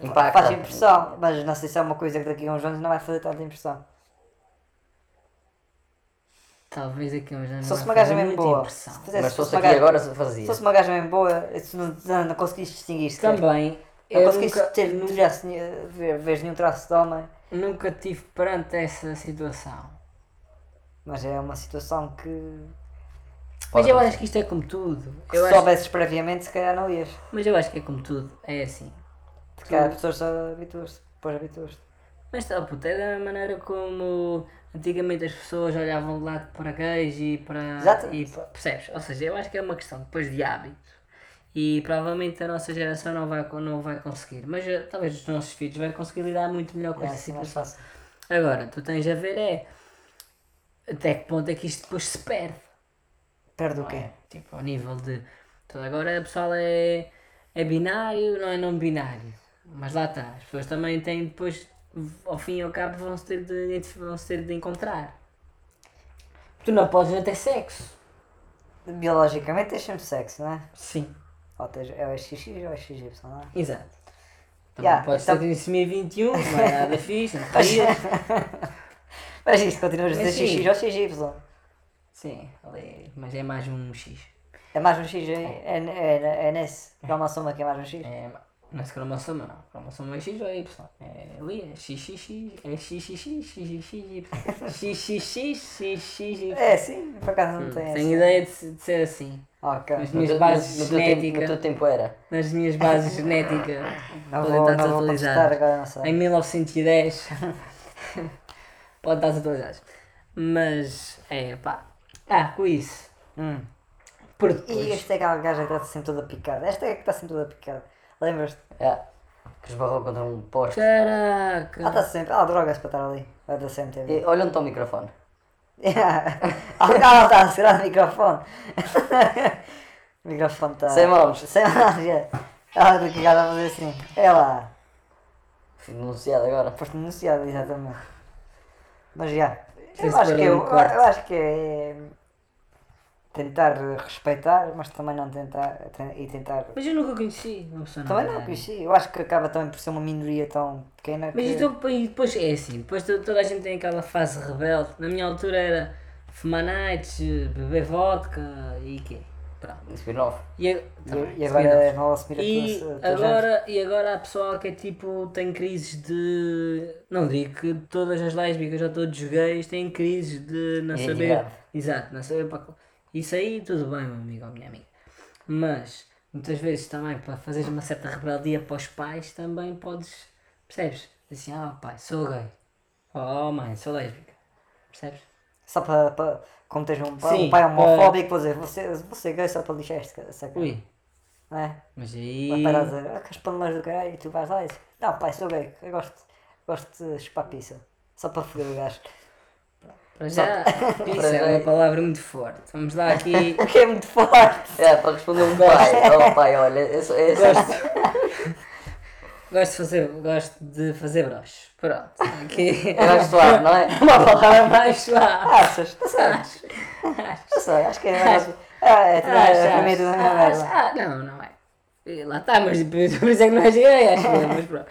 Speaker 1: Impacta.
Speaker 2: faz impressão, mas não sei se é uma coisa que daqui a uns anos não vai fazer tanta impressão.
Speaker 3: talvez aqui uns anos.
Speaker 2: Se fosse
Speaker 3: não
Speaker 2: uma
Speaker 3: faz
Speaker 2: gaja mesmo
Speaker 3: muita
Speaker 2: boa,
Speaker 3: impressão.
Speaker 2: se
Speaker 1: Mas
Speaker 2: fizesse-
Speaker 1: se fosse
Speaker 2: uma
Speaker 1: aqui
Speaker 2: gaja-
Speaker 1: agora se
Speaker 2: se
Speaker 1: fazia.
Speaker 2: fosse uma gaja mesmo boa, se não, não, não conseguiste distinguir sequer.
Speaker 3: Também,
Speaker 2: Não
Speaker 3: eu
Speaker 2: conseguiste
Speaker 3: nunca,
Speaker 2: ter traço, nenhum- ver, ver nenhum traço de homem.
Speaker 3: nunca tive perante essa situação.
Speaker 2: Mas é uma situação que,
Speaker 3: Mas
Speaker 1: Pode
Speaker 3: eu acho que isto é como tudo.
Speaker 2: que
Speaker 3: Eu
Speaker 2: se
Speaker 3: acho,
Speaker 2: soubesses previamente, se calhar não ias.
Speaker 3: mas eu acho que é como tudo, é assim.
Speaker 2: Porque as pessoas só habituam-se, depois habituam-se.
Speaker 3: Mas tá, puto, é da maneira como antigamente as pessoas olhavam de lado para gays e para.
Speaker 2: Exato.
Speaker 3: E, pa- percebes? Ou seja, eu acho que é uma questão depois de hábitos. E provavelmente a nossa geração não vai, co- não vai conseguir. Mas eh, talvez os nossos filhos vão conseguir lidar muito melhor com
Speaker 2: É
Speaker 3: essa
Speaker 2: assim mais
Speaker 3: situação.
Speaker 2: fácil.
Speaker 3: Agora, tu tens a ver é. Até que ponto é que isto depois se perde?
Speaker 2: Perde o quê?
Speaker 3: Tipo, ao nível de. Então, agora o pessoal é, é binário, não é não binário. Mas lá está, as pessoas também têm depois, ao fim e ao cabo, vão-se ter, de, identif- vão-se ter de encontrar. Tu não podes não ter sexo.
Speaker 2: Biologicamente tens sempre sexo, não é?
Speaker 3: Sim.
Speaker 2: Ou tens, é o XX ou é XY, não é?
Speaker 3: Exato. Também
Speaker 2: Yeah,
Speaker 3: podes
Speaker 2: então-
Speaker 3: ter de assumir 21, não é nada fixe, não te rias.
Speaker 2: Mas isso, continuas a
Speaker 3: Mas
Speaker 2: dizer
Speaker 3: sim.
Speaker 2: XX ou XY.
Speaker 3: Sim, ali- mas é mais um X.
Speaker 2: É mais um X, é, é, é, é nesse. Não uma soma que é mais um X.
Speaker 3: É, não se cromossoma, não. Cromossoma é X ou é Y. É ali, é XXX, é XXX, XXY. XXX, XXY.
Speaker 2: É, sim, por acaso não tem
Speaker 3: Hum, Tenho
Speaker 2: essa.
Speaker 3: ideia de, se- de ser assim.
Speaker 2: Ok.
Speaker 3: Mas
Speaker 1: No
Speaker 3: minhas
Speaker 1: teu-
Speaker 3: bases
Speaker 1: no teu tempo-
Speaker 3: genéticas.
Speaker 1: No teu tempo era.
Speaker 3: Nas minhas bases genéticas.
Speaker 2: Não vou, não
Speaker 3: podem estar
Speaker 2: vou contestar
Speaker 3: desatualizadas.
Speaker 2: agora, não sei.
Speaker 3: Em 1910. Pode estar desatualizadas. Mas, é pá. Ah, com isso.
Speaker 2: Hum.
Speaker 3: Por
Speaker 2: E
Speaker 3: depois.
Speaker 2: esta é aquela gaja que está sempre toda picada. Esta é que está sempre toda picada. Lembras-te?
Speaker 3: Hum.
Speaker 1: Yeah. É. Que esbarrou contra um poste.
Speaker 2: Ela
Speaker 3: Caraca.
Speaker 2: Ah, tá.
Speaker 3: É,
Speaker 2: está sempre. é Ela droga-se para estar ali. A da CMTV.
Speaker 1: E Olha onde está o microfone.
Speaker 2: É. Ah, não, está a segurar o microfone. o microfone
Speaker 3: Tá.
Speaker 2: está.
Speaker 1: Sem mãos.
Speaker 2: Sem mãos, é. Ah, do que já vai fazer assim. É lá.
Speaker 1: Fui denunciado agora.
Speaker 2: Foste denunciado, exatamente. Mas já.
Speaker 3: Esse
Speaker 2: Eu acho, que
Speaker 3: barulho
Speaker 2: eu,
Speaker 3: no quarto.
Speaker 2: eu acho que é. Tentar respeitar, mas também não tentar. E tentar.
Speaker 3: Mas eu nunca conheci uma pessoa
Speaker 2: Também não,
Speaker 3: nova.
Speaker 2: conheci. Eu acho que acaba também por ser uma minoria tão pequena.
Speaker 3: Mas
Speaker 2: que...
Speaker 3: então, e depois é assim, depois to- toda a gente tem aquela fase rebelde. Na minha altura era fumar nights, beber vodka e quê? Pronto.
Speaker 1: Spin-off.
Speaker 3: E, tá ag-
Speaker 2: E-
Speaker 3: também,
Speaker 2: E agora vão assumir a
Speaker 3: E
Speaker 2: tua, a tua gente.
Speaker 3: agora, e agora há pessoal que é tipo, tem crises de. Não digo que todas as lésbicas ou todos os gays têm crises de não saber.
Speaker 1: Identidade.
Speaker 3: Exato, não saber para. qual- Isso aí tudo bem, meu amigo ou minha amiga. Mas muitas vezes também para fazeres uma certa rebeldia para os pais também podes. Percebes? Assim, ah pai, sou gay. Oh mãe, sou lésbica. Percebes?
Speaker 2: Só para, para como tens um pai,
Speaker 3: Sim,
Speaker 2: um pai
Speaker 3: para-
Speaker 2: homofóbico, vou dizer, você, você é gay só para lixar este cara, saca?
Speaker 3: Ui,
Speaker 2: Não é?
Speaker 3: mas
Speaker 2: Vai
Speaker 3: aí.
Speaker 2: parar a dizer, ah, que as panelas do caralho, e tu vais lá e dizes, não pai, sou gay, eu gosto, gosto de chupar pizza. Só para foder o gajo.
Speaker 3: Para já, isso
Speaker 1: Para já
Speaker 3: é
Speaker 1: é-
Speaker 3: uma palavra muito forte. Vamos lá aqui.
Speaker 2: O que é muito forte.
Speaker 1: É, para responder um pai. Oh pai, olha, é só, é só-
Speaker 3: Gosto de fazer, gosto de fazer broche. Pronto. Aqui.
Speaker 1: é mais suave, não é?
Speaker 3: Uma palavra mais suave.
Speaker 2: Achas? Não sei, não sei, acho que é mais... Ah, é tudo
Speaker 3: Acho,
Speaker 2: a família
Speaker 3: acho,
Speaker 2: da minha
Speaker 3: acho,
Speaker 2: merda.
Speaker 3: ah, Não, não é. E Lá está, mas por por isso é que não és gay, acho que é, mas pronto.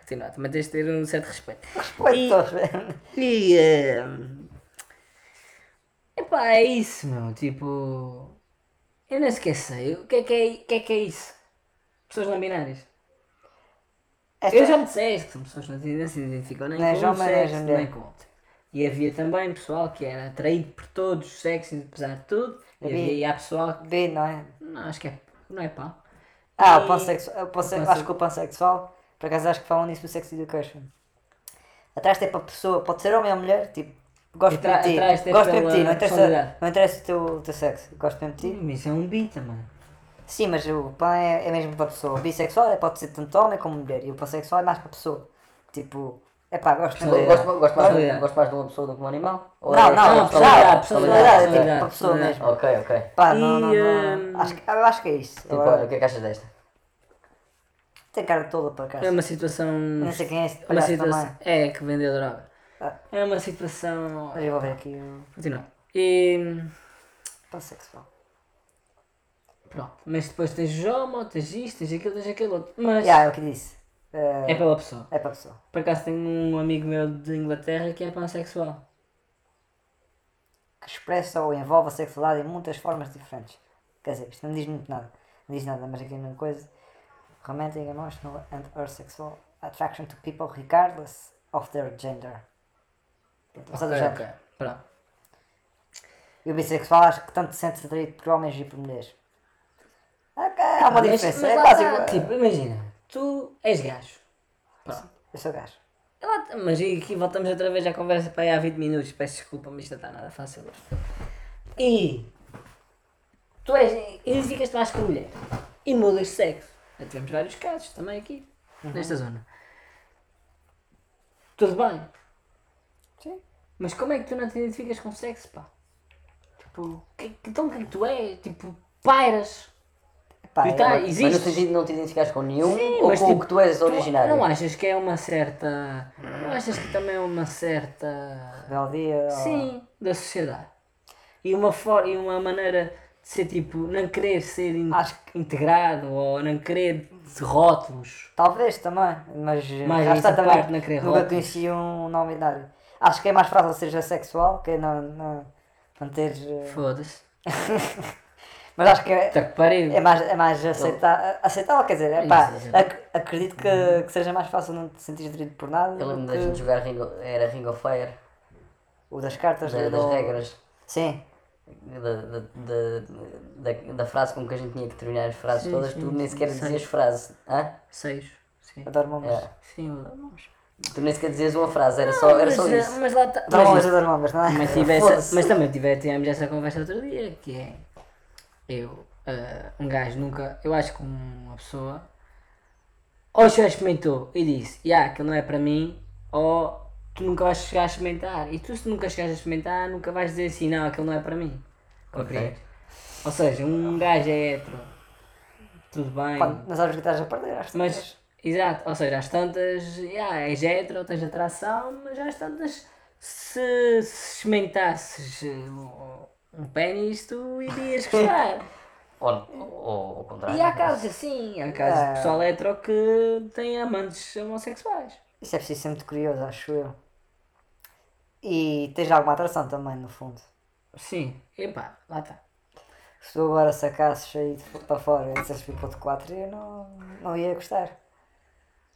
Speaker 3: Continua, também tens de ter um certo respeito.
Speaker 2: Oi,
Speaker 3: E-
Speaker 2: todos bem.
Speaker 3: E. eh, Epá, é isso, meu. Tipo. Eu não esqueci. O que é que é, o que é, que é isso? Pessoas não binárias. Eu já me disseste que são pessoas que não se- não se identificam nem
Speaker 2: Não é
Speaker 3: com um
Speaker 2: jovem, nem
Speaker 3: sexo,
Speaker 2: é
Speaker 3: nem
Speaker 2: mulher.
Speaker 3: com outro. E havia também pessoal que era atraído por todos os sexos, apesar de tudo. E
Speaker 2: Havia.
Speaker 3: havia e há pessoal que.
Speaker 2: Bi, não é?
Speaker 3: Não, acho que é. Não é pá.
Speaker 2: Ah, o
Speaker 3: E-
Speaker 2: pansexual.
Speaker 3: panse-
Speaker 2: Acho que o pansexual, por acaso acho que falam nisso no Sex Education. Atrás é para a pessoa, pode ser homem ou mulher, tipo, gosto
Speaker 3: Atra-
Speaker 2: de ti,
Speaker 3: atraste é
Speaker 2: gosto mesmo de ti,
Speaker 3: pela
Speaker 2: não interessa,
Speaker 3: personalidade.
Speaker 2: não interessa o teu, o teu sexo, gosto mesmo de ti.
Speaker 3: Mas isso é um bi também.
Speaker 2: Sim, mas o pan é, é mesmo para a pessoa. O bissexual é, pode ser tanto homem como mulher, e o pansexual é mais para a pessoa. Tipo, é pá, gosto mesmo
Speaker 1: Eu
Speaker 2: de
Speaker 1: Gosto, gosto mais,
Speaker 3: Olha.
Speaker 1: gosto mais de uma pessoa do que de um animal? Ou
Speaker 2: Não,
Speaker 1: é-
Speaker 2: não,
Speaker 3: Não,
Speaker 2: não, personalidade,
Speaker 3: personalidade,
Speaker 2: personalidade, é tipo, para
Speaker 3: personalidade,
Speaker 2: a pessoa
Speaker 3: personalidade.
Speaker 1: Ok,
Speaker 2: mesmo.
Speaker 1: ok.
Speaker 2: Pá, não, não,
Speaker 3: E,
Speaker 2: não.
Speaker 3: hum,
Speaker 2: Acho, que- eu acho que é isso.
Speaker 1: Tipo,
Speaker 2: Agora,
Speaker 1: olha, o que é que achas desta?
Speaker 2: Tem cara toda para cá.
Speaker 3: É uma situação.
Speaker 2: Não sei quem é este
Speaker 3: uma
Speaker 2: palhaço
Speaker 3: situação.
Speaker 2: também.
Speaker 3: É, que vendeu droga.
Speaker 2: Ah.
Speaker 3: É uma situação.
Speaker 2: Mas eu vou ver aqui o
Speaker 3: Continua. E.
Speaker 2: pansexual.
Speaker 3: Pronto. Mas depois tens Joma, tens isto, tens aquilo, tens aquele outro. Mas.
Speaker 2: Yeah, é o que disse. Eh,
Speaker 3: É pela pessoa.
Speaker 2: É para a pessoa.
Speaker 3: Por acaso tenho um amigo meu de Inglaterra que é pansexual.
Speaker 2: Que expressa ou envolve a sexualidade em muitas formas diferentes. Quer dizer, isto não diz muito nada. Não diz nada, mas aqui é a mesma coisa. Romantic, emotional and or sexual attraction to people regardless of their gender. Portanto, ou seja,
Speaker 3: Ok,
Speaker 2: género.
Speaker 3: ok. Pronto.
Speaker 2: E o bissexual acho que tanto se sente atraído por homens e por mulheres. Ok, há uma
Speaker 3: Mas-
Speaker 2: diferença.
Speaker 3: mas
Speaker 2: é
Speaker 3: lá
Speaker 2: quase
Speaker 3: está,
Speaker 2: igual.
Speaker 3: Tipo, imagina, tu és gajo. Pronto.
Speaker 2: Eu sou gajo.
Speaker 3: É lá- Mas e aqui voltamos outra vez à conversa para aí há 20 minutos. Peço desculpa, mas isto não está nada fácil. hoje. E tu és. identificas-te mais com mulher e mudas de sexo. Já tivemos vários casos também aqui, nesta zona. Tudo bem,
Speaker 2: Sim.
Speaker 3: mas como é que tu não te identificas com sexo, pá? Tipo, que, que- então quem tu és? Tipo, pairas.
Speaker 2: Epá, é
Speaker 3: Então,
Speaker 2: eu-
Speaker 1: Mas
Speaker 3: Existe.
Speaker 1: no sentido de não te identificares com nenhum ou
Speaker 3: mas
Speaker 1: com
Speaker 3: tipo,
Speaker 1: o que tu és originário?
Speaker 3: Não achas que é uma certa. Não achas que também é uma certa.
Speaker 2: rebeldia. ou-
Speaker 3: Sim, da sociedade. E uma, for... e uma maneira de ser tipo, não querer ser in-
Speaker 2: Acho
Speaker 3: integrado ou não querer de rótulos.
Speaker 2: Talvez também, mas eh,
Speaker 3: Mais
Speaker 2: já
Speaker 3: essa
Speaker 2: está também.
Speaker 3: parte na Crerota.
Speaker 2: nunca conheci um não binário. Acho que é mais fácil seres assexual, que é não, não, não teres. eh,
Speaker 3: Foda-se.
Speaker 2: Mas acho que é,
Speaker 3: Tá que pariu.
Speaker 2: é mais, é mais aceita- aceitável, quer dizer, é pá,
Speaker 3: Isso, Uhum. isso.
Speaker 2: ac- acredito que, que seja mais fácil não te sentir atraído por nada.
Speaker 1: Eu lembro
Speaker 2: do
Speaker 1: da
Speaker 2: que
Speaker 1: gente jogar Ring of- era Ring of Fire,
Speaker 2: O das cartas,
Speaker 1: da-
Speaker 2: do-
Speaker 1: das regras,
Speaker 2: Sim,
Speaker 1: da, da, da, da, da frase com que a gente tinha que terminar as frases
Speaker 3: Sim,
Speaker 1: todas,
Speaker 3: sim,
Speaker 1: tu nem
Speaker 3: sim,
Speaker 1: sequer
Speaker 3: sei.
Speaker 1: dizias frase. Hã?
Speaker 3: Seis. Sim.
Speaker 2: adoro mamas.
Speaker 1: É.
Speaker 3: Sim, eu adoro nomes.
Speaker 1: Tu nem sequer dizias uma frase, era só, era só
Speaker 3: mas,
Speaker 1: isso.
Speaker 3: mas lá está.
Speaker 2: Adoro mamas, adoro mamas, não é?
Speaker 3: Mas, tive essa-
Speaker 2: Foda-se.
Speaker 3: mas também tive, tivemos essa conversa outro dia, que é eu, ah, um gajo nunca, eu acho que uma pessoa ou já experimentou e disse, ah, aquilo não é para mim, ou tu nunca vais chegar a experimentar. E tu, se nunca chegares a experimentar, nunca vais dizer assim, não, aquilo não é para mim. Compreendes? Ou seja, um gajo é hétero, tudo bem,
Speaker 2: Pá, não sabes o que estás a perder, acho que
Speaker 3: mas, exato, ou seja, às tantas, yeah, és hétero, tens atração, mas às tantas, se, se experimentasses eh, um- um pênis, tu irias gostar.
Speaker 1: Ou, ou ao contrário.
Speaker 3: e há casos assim, há casos
Speaker 2: Ah.
Speaker 3: de pessoal hétero que tem amantes homossexuais.
Speaker 2: Isso é preciso ser muito curioso, acho eu. E tens alguma atração também, no fundo.
Speaker 3: Sim, epá, lá está.
Speaker 2: Se tu agora sacasses aí de fo- para fora e tipo, dissesses pipote 4, eu não, não ia gostar.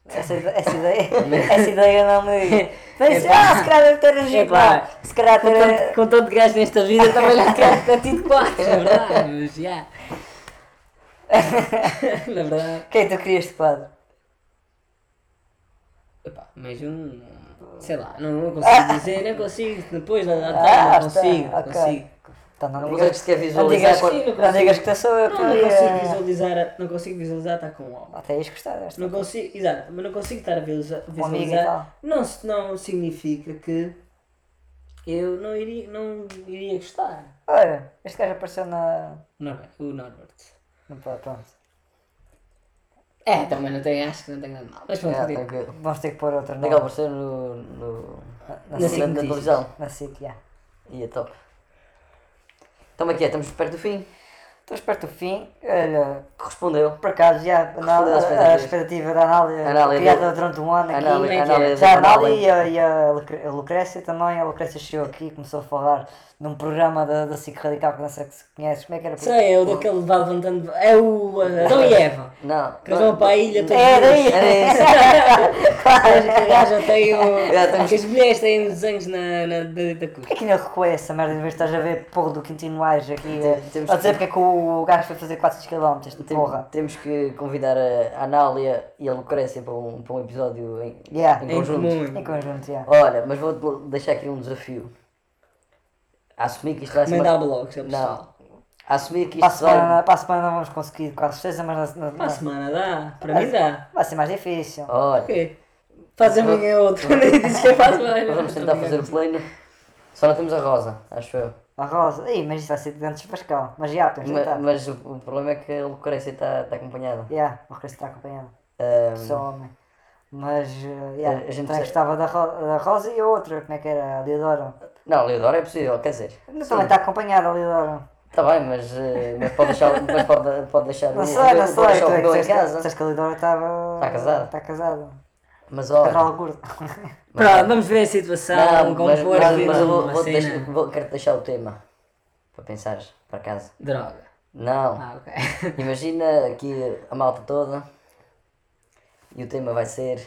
Speaker 2: Essa, ide- essa ideia, essa ideia não me. Mas, ah, se calhar deve ter agido
Speaker 3: É Epá.
Speaker 2: lá. Se calhar ter.
Speaker 3: Com tanto gajo nesta vida, também não quero ter tido quatro, é verdade, mas já. Na verdade.
Speaker 2: Quem é tu querias de quadro?
Speaker 3: Epá, mas um. Sei lá, não, não consigo dizer, não consigo. Depois, na na tarde, Ah, não
Speaker 2: Ah, está,
Speaker 3: consigo, não
Speaker 2: ok.
Speaker 3: consigo.
Speaker 2: Então não,
Speaker 1: Não
Speaker 2: digas
Speaker 1: consegues sequer
Speaker 2: não
Speaker 1: visualizar
Speaker 2: digas,
Speaker 3: quando-
Speaker 2: que-
Speaker 3: Sim, não
Speaker 2: não digas que tu sou eu,
Speaker 3: Não,
Speaker 2: que
Speaker 3: não
Speaker 2: eu
Speaker 3: consigo
Speaker 2: ia.
Speaker 3: visualizar, a- não consigo visualizar estar com um homem.
Speaker 2: Ah, Até ias gostar desta.
Speaker 3: Não consigo, exato, mas não consigo estar a visualiza-
Speaker 2: Um amigo e
Speaker 3: visualizar.
Speaker 2: tal.
Speaker 3: Não, se- não significa que eu não iria, não iria gostar.
Speaker 2: Olha, este gajo apareceu na.
Speaker 3: Norbert, o Norbert.
Speaker 2: no- Pronto.
Speaker 3: É, também não tem, acho que não tem nada de mal. Mas pronto,
Speaker 1: É,
Speaker 3: continua.
Speaker 1: tranquilo.
Speaker 2: Vamos ter que pôr outro
Speaker 1: Legal,
Speaker 2: nome.
Speaker 1: apareceu no. no
Speaker 2: Na
Speaker 1: na-
Speaker 2: SIC.
Speaker 1: na na televisão.
Speaker 2: Na SIC, já.
Speaker 1: E é top. Estamos aqui, estamos perto do fim.
Speaker 2: Estamos perto do fim. Olha,
Speaker 1: Correspondeu.
Speaker 2: por acaso, já
Speaker 1: Respondeu
Speaker 2: na,
Speaker 1: às
Speaker 2: a, a
Speaker 1: expectativas.
Speaker 2: expectativa da Anália,
Speaker 1: Anália
Speaker 2: criada
Speaker 1: deu-
Speaker 2: durante um ano aqui.
Speaker 1: Análise-
Speaker 3: é que é?
Speaker 1: análise
Speaker 2: Já a
Speaker 1: verbal,
Speaker 2: Anália
Speaker 1: hein?
Speaker 2: e a, e a Lucre- a Lucrécia também. A Lucrécia chegou aqui e começou a falar num programa da, da SIC Radical que não sei se conheces. Como é que era?
Speaker 3: Sei, é o daquele vai levantando. É o Adão e Eva.
Speaker 1: Não.
Speaker 3: Que eles vão para a ilha todos
Speaker 2: É, daí!
Speaker 3: nus. Mas que a gaja tem o.
Speaker 1: Já temos-
Speaker 3: que As mulheres têm os desenhos na, na, da, da cruz.
Speaker 2: Porquê é que não recuei essa merda em vez de estás a ver porra do Quintino Aires aqui?
Speaker 1: Temos
Speaker 2: a
Speaker 1: que-
Speaker 2: dizer porque é que o gajo foi fazer 4 km, esta
Speaker 1: Tem-
Speaker 2: porra.
Speaker 1: Temos que convidar a Anália e a Lucrécia para um, para um episódio em,
Speaker 2: Yeah.
Speaker 1: em
Speaker 2: Em
Speaker 1: conjunto.
Speaker 2: Em conjunto, já.
Speaker 1: Olha, mas vou deixar aqui um desafio. A Assumir que isto vai ser.
Speaker 3: Mandar
Speaker 1: uma-
Speaker 3: blogs a pessoal.
Speaker 1: Não. A Assumir que
Speaker 2: Para a
Speaker 1: isto vai.
Speaker 2: semana, para a semana não vamos conseguir, com certeza, mas na, na-
Speaker 3: Para a semana dá, para mim dá.
Speaker 2: vai ser mais difícil.
Speaker 1: Olha,
Speaker 3: Ok. Faz amanhã outro. Nem disse que é para a semana.
Speaker 1: nós vamos tentar fazer o pleno. Só não temos a Rosa, acho eu.
Speaker 2: A Rosa, Ih, mas isso vai ser de antes de Pascal. Mas tá. já, temos
Speaker 1: Ma-
Speaker 2: tentado.
Speaker 1: Mas, o, o problema é que a Lucrécia está está acompanhada.
Speaker 2: Já, o Cristo está acompanhado.
Speaker 1: Ah,
Speaker 2: Só homem. Mas, uh,
Speaker 1: É, A
Speaker 2: yeah,
Speaker 1: gente
Speaker 2: também
Speaker 1: se-
Speaker 2: gostava da, Ro- da Rosa e a outra, como é que era? A Leodora.
Speaker 1: não, Leodora é possível, quer dizer.
Speaker 2: Mas Também está acompanhada a Leodora.
Speaker 1: Está bem, mas, eh, mas pode deixar, mas pode, pode deixar
Speaker 2: Não
Speaker 1: o
Speaker 2: sei, não
Speaker 1: Rebelo- pode deixar o
Speaker 2: sei. Tu é que
Speaker 1: Rebelo em
Speaker 2: disseste que-
Speaker 1: casa.
Speaker 2: disseste que a Leodora estava.
Speaker 1: Está casada.
Speaker 2: Está casada.
Speaker 1: Mas
Speaker 2: Carral
Speaker 1: olha,
Speaker 2: gordo.
Speaker 3: Pronto, vamos ver a situação,
Speaker 1: não, mas,
Speaker 3: compor
Speaker 1: mas,
Speaker 3: aqui
Speaker 1: mas eu vou,
Speaker 3: uma
Speaker 1: vou
Speaker 3: cena.
Speaker 1: deixar, vou, quero deixar o tema para pensar para casa.
Speaker 3: Droga.
Speaker 1: Não,
Speaker 3: Ah, ok.
Speaker 1: imagina aqui a malta toda e o tema vai ser,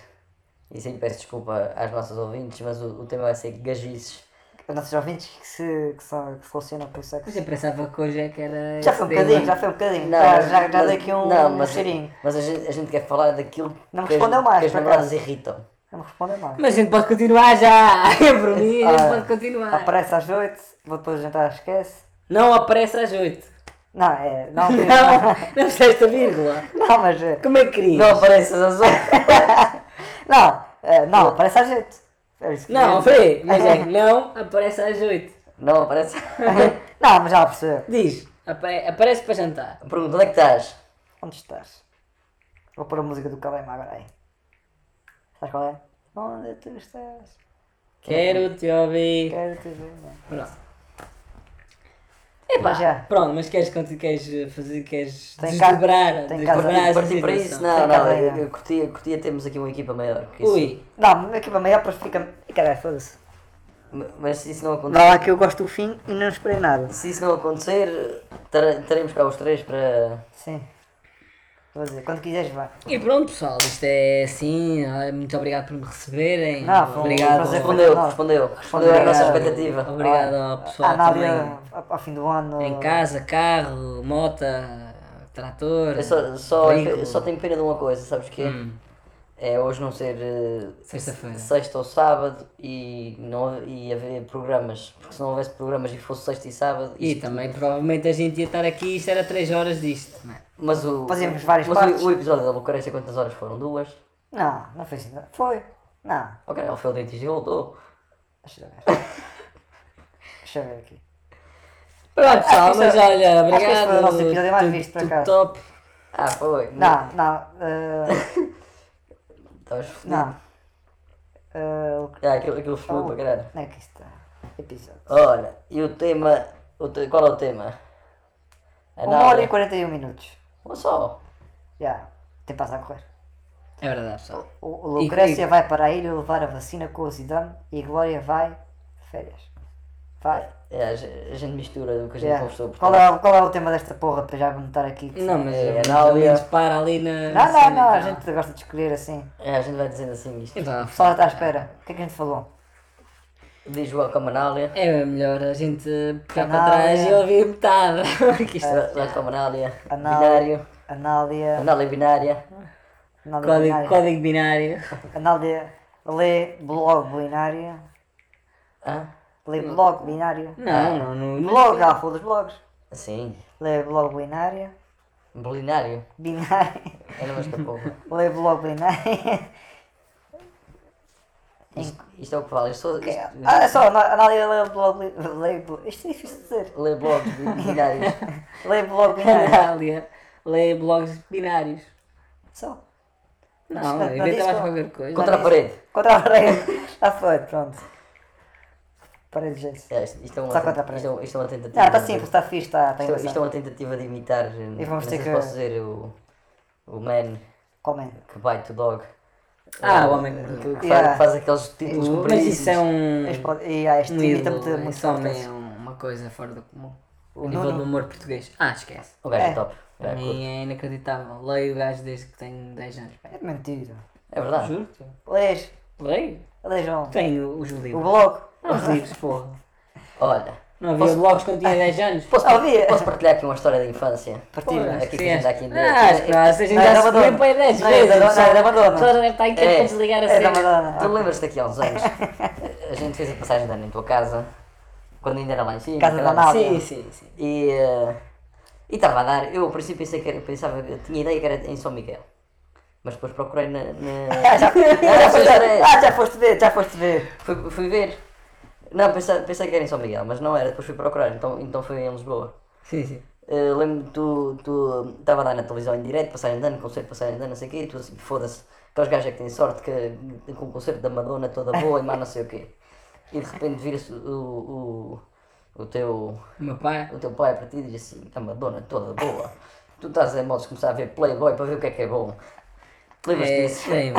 Speaker 1: e sempre peço desculpa às nossas ouvintes, mas o, o tema vai ser gajices.
Speaker 2: Os nossos ouvintes que se, que são, que se relacionam com o sexo.
Speaker 3: Mas eu pensava que hoje é que era.
Speaker 2: Já foi um
Speaker 3: esse tema.
Speaker 2: bocadinho, já foi um bocadinho.
Speaker 1: Não,
Speaker 2: já,
Speaker 1: mas-
Speaker 2: já, já
Speaker 1: mas-
Speaker 2: dei aqui um,
Speaker 1: não,
Speaker 2: um
Speaker 1: mas,
Speaker 2: cheirinho.
Speaker 1: Mas a gente, a gente quer falar daquilo
Speaker 2: Não me
Speaker 1: que as-
Speaker 2: respondeu mais,
Speaker 1: que as
Speaker 2: por
Speaker 1: namoradas
Speaker 2: acaso.
Speaker 1: irritam.
Speaker 2: Não me respondem mais.
Speaker 3: Mas a gente pode continuar já. Por mim,
Speaker 1: Ah,
Speaker 3: a gente pode continuar.
Speaker 2: Aparece às 8, vou depois jantar, esquece.
Speaker 3: Não aparece às 8.
Speaker 2: Não, é. Não,
Speaker 3: Não,
Speaker 2: não,
Speaker 3: não fizeste a vírgula.
Speaker 2: mas. é,
Speaker 3: Como é que querias?
Speaker 1: Não apareças às outras.
Speaker 2: Não, é, não, aparece às 8. É isso que eu
Speaker 3: Não,
Speaker 2: queria
Speaker 3: vê, mas é, não aparece às 8.
Speaker 1: Não apareces.
Speaker 2: dizer. Não, mas já percebeu.
Speaker 3: Diz, apa- aparece para jantar.
Speaker 1: Pergunta, onde é que estás?
Speaker 2: Onde estás? Vou pôr a música do Calema agora aí. Sabes qual é? Onde tu estás?
Speaker 3: Quero te ouvir.
Speaker 2: Quero te ver.
Speaker 3: Pronto.
Speaker 2: Mas já.
Speaker 3: Pronto, mas queres, conti- queres fazer, queres
Speaker 2: Tem cá-
Speaker 3: desdobrar,
Speaker 2: tem cá-
Speaker 3: desdobrar essa
Speaker 1: Partir para isso?
Speaker 3: situação?
Speaker 1: Não,
Speaker 2: Tem
Speaker 1: não,
Speaker 2: cada
Speaker 1: eu,
Speaker 2: ideia.
Speaker 1: eu curtia, curtia termos aqui uma equipa maior. que isso-
Speaker 3: Ui,
Speaker 2: Não, aqui para maior, depois fica. Caralho, foda-se.
Speaker 1: M- Mas se isso não acontecer,
Speaker 2: Vá lá que eu gosto do fim e não esperei nada.
Speaker 1: se isso não acontecer tar- teremos cá os três para.
Speaker 2: Sim. Vou dizer, quando quiseres vá.
Speaker 3: E pronto pessoal, isto é assim, ah, muito obrigado por me receberem.
Speaker 2: Ah, foi um
Speaker 3: obrigado.
Speaker 2: prazer.
Speaker 1: Respondeu,
Speaker 2: Não.
Speaker 1: respondeu, respondeu à nossa expectativa.
Speaker 3: Obrigado ao
Speaker 2: Ah,
Speaker 3: pessoal
Speaker 2: na
Speaker 3: também.
Speaker 2: ao fim do ano.
Speaker 3: Em casa, carro, mota, trator,
Speaker 1: Eu É só, só, é
Speaker 3: veículo.
Speaker 1: só tenho pena de uma coisa, sabes que é? É hoje não ser eh,
Speaker 3: Sexta-feira.
Speaker 1: sexta ou sábado e, não, e haver programas, porque se não houvesse programas e fosse sexta e sábado,
Speaker 3: E
Speaker 1: isto-
Speaker 3: também provavelmente a gente ia estar aqui isto era 3 horas disto. não é?
Speaker 1: mas o,
Speaker 2: Fazíamos várias
Speaker 1: mas o-
Speaker 2: partes.
Speaker 1: o, episódio da Lucarécia quantas horas foram? Duas?
Speaker 2: Não, não foi assim. não. Foi. Não,
Speaker 1: Ok, ele foi ao dentista e voltou.
Speaker 2: deixa eu ver. deixa eu ver aqui.
Speaker 3: Pronto, pessoal,
Speaker 2: Acho que Ah,
Speaker 3: mas
Speaker 2: isso- é-
Speaker 3: olha,
Speaker 2: acho que este foi o
Speaker 3: obrigado.
Speaker 2: nosso episódio mais
Speaker 3: tu-
Speaker 2: visto, por
Speaker 3: tu
Speaker 2: acaso.
Speaker 3: top.
Speaker 1: Ah, foi.
Speaker 2: Não, não, eh,
Speaker 1: Estavas fodido.
Speaker 2: não. Eh,
Speaker 1: Então, Ah, aquilo, aquilo foi para caralho.
Speaker 2: onde é que está? Episódio.
Speaker 1: Olha, e o tema. O te- qual é o tema? É
Speaker 2: Uma hora e
Speaker 1: nada.
Speaker 2: 41 minutos.
Speaker 1: Ou só?
Speaker 2: Já, tem passa a correr.
Speaker 3: É verdade, pessoal.
Speaker 2: O, o
Speaker 3: E-
Speaker 2: Lucrécia
Speaker 3: e-
Speaker 2: vai para a ilha levar a vacina com o Zidane e Glória vai de férias. Vai.
Speaker 1: É, a ge- a gente mistura o que a gente
Speaker 2: Yeah.
Speaker 1: conversou. Por
Speaker 2: Qual, é, o- qual é o tema desta porra para já botar aqui? que-
Speaker 3: Não, mas
Speaker 1: É,
Speaker 3: é,
Speaker 1: na Áulia.
Speaker 3: para ali na.
Speaker 2: não,
Speaker 3: cena,
Speaker 2: não, não, a
Speaker 3: então.
Speaker 2: gente gosta de escolher assim.
Speaker 1: É, a gente vai dizendo assim isto.
Speaker 2: O
Speaker 3: Então,
Speaker 2: pessoal está à espera. O que é que a gente falou?
Speaker 1: Diz o Alcamanália.
Speaker 3: é melhor a gente ficar para
Speaker 2: Canal,
Speaker 3: trás
Speaker 2: é.
Speaker 3: e ouvir metade. Porque isto é
Speaker 1: Alcamanália.
Speaker 2: Anal-
Speaker 1: Binário.
Speaker 2: Anália.
Speaker 1: Anália binária.
Speaker 2: Anália
Speaker 3: código,
Speaker 2: binária.
Speaker 3: código binário.
Speaker 2: Anália. Lê blog binário.
Speaker 1: Hã?
Speaker 2: Lê blog binário.
Speaker 3: Não, não, não. não.
Speaker 2: Blog, ah, foda dos blogs.
Speaker 1: Assim.
Speaker 2: Lê blog binário.
Speaker 1: Bilinário.
Speaker 2: Binário.
Speaker 1: Era mais que a pouco.
Speaker 2: Lê blog binário.
Speaker 1: Isto, isto é o que fala. Isto, isto,
Speaker 2: Ah, é só, ana- anália lê blog. bi- Lê blog. Isto é difícil de dizer.
Speaker 1: Lê blogs bi- binários.
Speaker 2: Lê blog binário.
Speaker 3: Anália lê blogs binários.
Speaker 2: Só.
Speaker 3: Não,
Speaker 2: Não, não
Speaker 3: inventa mais
Speaker 2: diz-
Speaker 3: qualquer coisa.
Speaker 1: Contra a parede.
Speaker 2: é Contra a parede. Já foi, pronto. Parede de gesso.
Speaker 1: É, isto, isto é uma,
Speaker 2: Só contra a parede.
Speaker 1: isto, é, um- isto é uma tentativa.
Speaker 2: Não, Ah, está
Speaker 1: de-
Speaker 2: simples, está fixe, está tá
Speaker 1: Isto, isto é
Speaker 2: engraçado.
Speaker 1: uma tentativa de imitar. E
Speaker 2: vamos
Speaker 1: não
Speaker 2: ter
Speaker 1: sei
Speaker 2: que-
Speaker 1: se posso dizer o, o man
Speaker 2: Comem.
Speaker 1: que bite o dog.
Speaker 3: Ah, o homem que
Speaker 1: que,
Speaker 3: mordeu.
Speaker 1: que
Speaker 2: Yeah.
Speaker 1: faz, faz aqueles títulos
Speaker 3: Mas
Speaker 1: compridos.
Speaker 3: isso é um.
Speaker 2: Este pode- E há este
Speaker 3: Um
Speaker 2: imita
Speaker 3: ídolo.
Speaker 2: muito muito
Speaker 3: Isso também
Speaker 2: forte.
Speaker 3: é um- uma coisa fora do comum.
Speaker 2: O
Speaker 3: O nível
Speaker 2: Nuno-
Speaker 3: do humor português. Ah, esquece.
Speaker 1: O gajo é,
Speaker 2: É.
Speaker 1: top. O
Speaker 3: Para
Speaker 1: gajo é curto.
Speaker 3: mim é inacreditável. Leio o gajo desde que tenho 10 anos.
Speaker 2: É mentira.
Speaker 1: É verdade.
Speaker 3: Juro-te?
Speaker 2: Lês,
Speaker 3: Leio?
Speaker 2: lês um-
Speaker 3: Tenho os livros.
Speaker 2: o blog.
Speaker 3: Não, os livros, porra.
Speaker 1: Olha,
Speaker 3: Não havia blogs quando tinha 10 anos.
Speaker 1: posso,
Speaker 2: Ah, havia.
Speaker 1: posso partilhar aqui uma história de infância?
Speaker 2: Partilha.
Speaker 1: Aqui que
Speaker 3: Sim,
Speaker 1: a gente
Speaker 3: acho-
Speaker 1: dá aqui em
Speaker 3: Ah,
Speaker 1: direto.
Speaker 3: acho que não, acho que a gente
Speaker 2: Não, é
Speaker 3: já
Speaker 2: da
Speaker 3: se comeu
Speaker 2: Madonna.
Speaker 3: para aí 10
Speaker 2: Não, é da
Speaker 3: vezes.
Speaker 2: Madonna,
Speaker 3: pessoal.
Speaker 2: é da Madonna.
Speaker 3: O pessoal já deve estar inquieto
Speaker 1: É.
Speaker 3: para desligar a
Speaker 2: É da
Speaker 3: cena.
Speaker 2: Madonna.
Speaker 1: Tu lembras-te daqui há uns anos? a gente fez a passagem de ano em tua casa, quando ainda era lá em cima.
Speaker 2: Casa da
Speaker 1: caralho.
Speaker 2: Nau.
Speaker 3: Sim, sim, sim.
Speaker 1: E eh, e estava a dar, eu ao princípio pensei que era, pensava, eu tinha ideia que era em São Miguel. Mas depois procurei na. na-
Speaker 2: Ah, já, já, foste, ah, já foste ver, já foste ver.
Speaker 1: fui, fui ver. Não, pensei, pensei que era em São Miguel, mas não era, depois fui procurar, então, então foi em Lisboa.
Speaker 3: Sim, sim.
Speaker 1: Eh, lembro-me que tu, tu estava a dar na televisão em direto, passagem de ano, concerto, de passagem de ano, não sei o quê, e tu assim, foda-se, aqueles gajos é que têm sorte que, com o concerto da Madonna toda boa e mais não sei o quê. E de repente vira-se o, o, o teu
Speaker 3: O meu pai.
Speaker 1: o teu pai para ti e diz assim, a Madonna toda boa, tu estás em modos de começar a ver Playboy para ver o que é que é bom. Te Lembras-te
Speaker 3: É,
Speaker 1: disso?
Speaker 3: sim.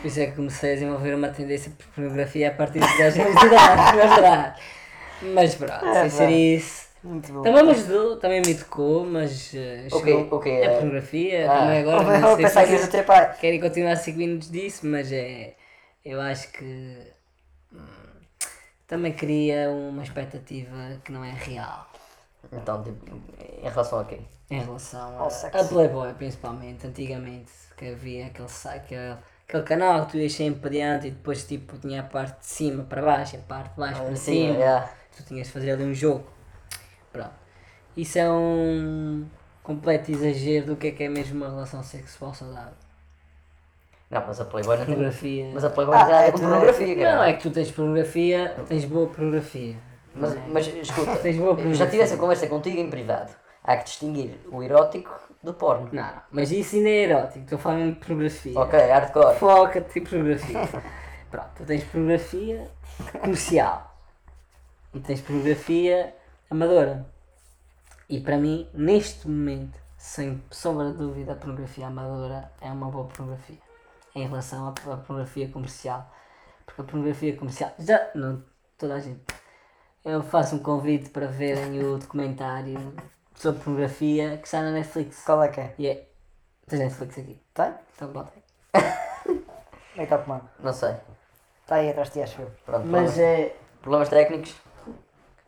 Speaker 3: Por isso é que comecei a desenvolver uma tendência por pornografia a partir de 10 anos de idade. mas será? Mas pronto, sem ser isso.
Speaker 2: É Muito bom.
Speaker 3: Também me ajudou, também me educou, mas eh,
Speaker 1: Ok,
Speaker 3: chegou
Speaker 1: ok,
Speaker 3: a
Speaker 1: é.
Speaker 3: pornografia,
Speaker 1: Ah.
Speaker 3: também agora
Speaker 2: Eu
Speaker 3: não sei
Speaker 2: pensava
Speaker 3: se é
Speaker 2: que ias
Speaker 3: vocês
Speaker 2: dizer, pai.
Speaker 3: querem continuar a seguir-nos disso, mas é, eu acho que hum, também cria uma expectativa que não é real
Speaker 1: Então, tipo, em relação a quê?
Speaker 3: em relação
Speaker 2: Ao
Speaker 3: a,
Speaker 2: sexo.
Speaker 3: a Playboy, principalmente, antigamente, que havia aquele site, aquele, aquele canal que tu ias sempre adiante e depois tipo tinha a parte de cima para baixo, e a parte de baixo para
Speaker 1: Ah, Sim, é.
Speaker 3: cima
Speaker 1: yeah.
Speaker 3: tu tinhas de fazer ali um jogo. Pronto. Isso é um completo exagero do que é que é mesmo uma relação sexual saudável.
Speaker 1: Não, mas a Playboy não tem...
Speaker 3: Pornografia.
Speaker 1: Mas a Playboy não tem nada a ver com pornografia, cara.
Speaker 3: Não, é que tu tens pornografia, tens boa pornografia.
Speaker 1: Mas, mas escuta,
Speaker 3: é? Tens boa
Speaker 1: eu já
Speaker 3: pornografia.
Speaker 1: tive essa conversa contigo em privado. Há que distinguir o erótico do porno.
Speaker 3: Não, mas isso ainda é erótico, estou falando de pornografia.
Speaker 1: Ok, hardcore.
Speaker 3: Foca-te em pornografia. Pronto, tu tens pornografia comercial e tens pornografia amadora. E para mim, neste momento, sem sombra de dúvida, a pornografia amadora é uma boa pornografia em relação à à pornografia comercial. Porque a pornografia comercial. Já. Não, toda a gente. Eu faço um convite para verem o documentário sobre pornografia que está na Netflix.
Speaker 2: Qual é que é? Tá?
Speaker 3: E é. Tens Netflix aqui.
Speaker 2: Tem? Onde
Speaker 3: Então, bota aí.
Speaker 2: é que está o comando?
Speaker 1: Não sei.
Speaker 2: Está tá aí atrás de ti, acho eu.
Speaker 1: Pronto,
Speaker 3: Mas
Speaker 1: problemas,
Speaker 3: é.
Speaker 1: problemas técnicos.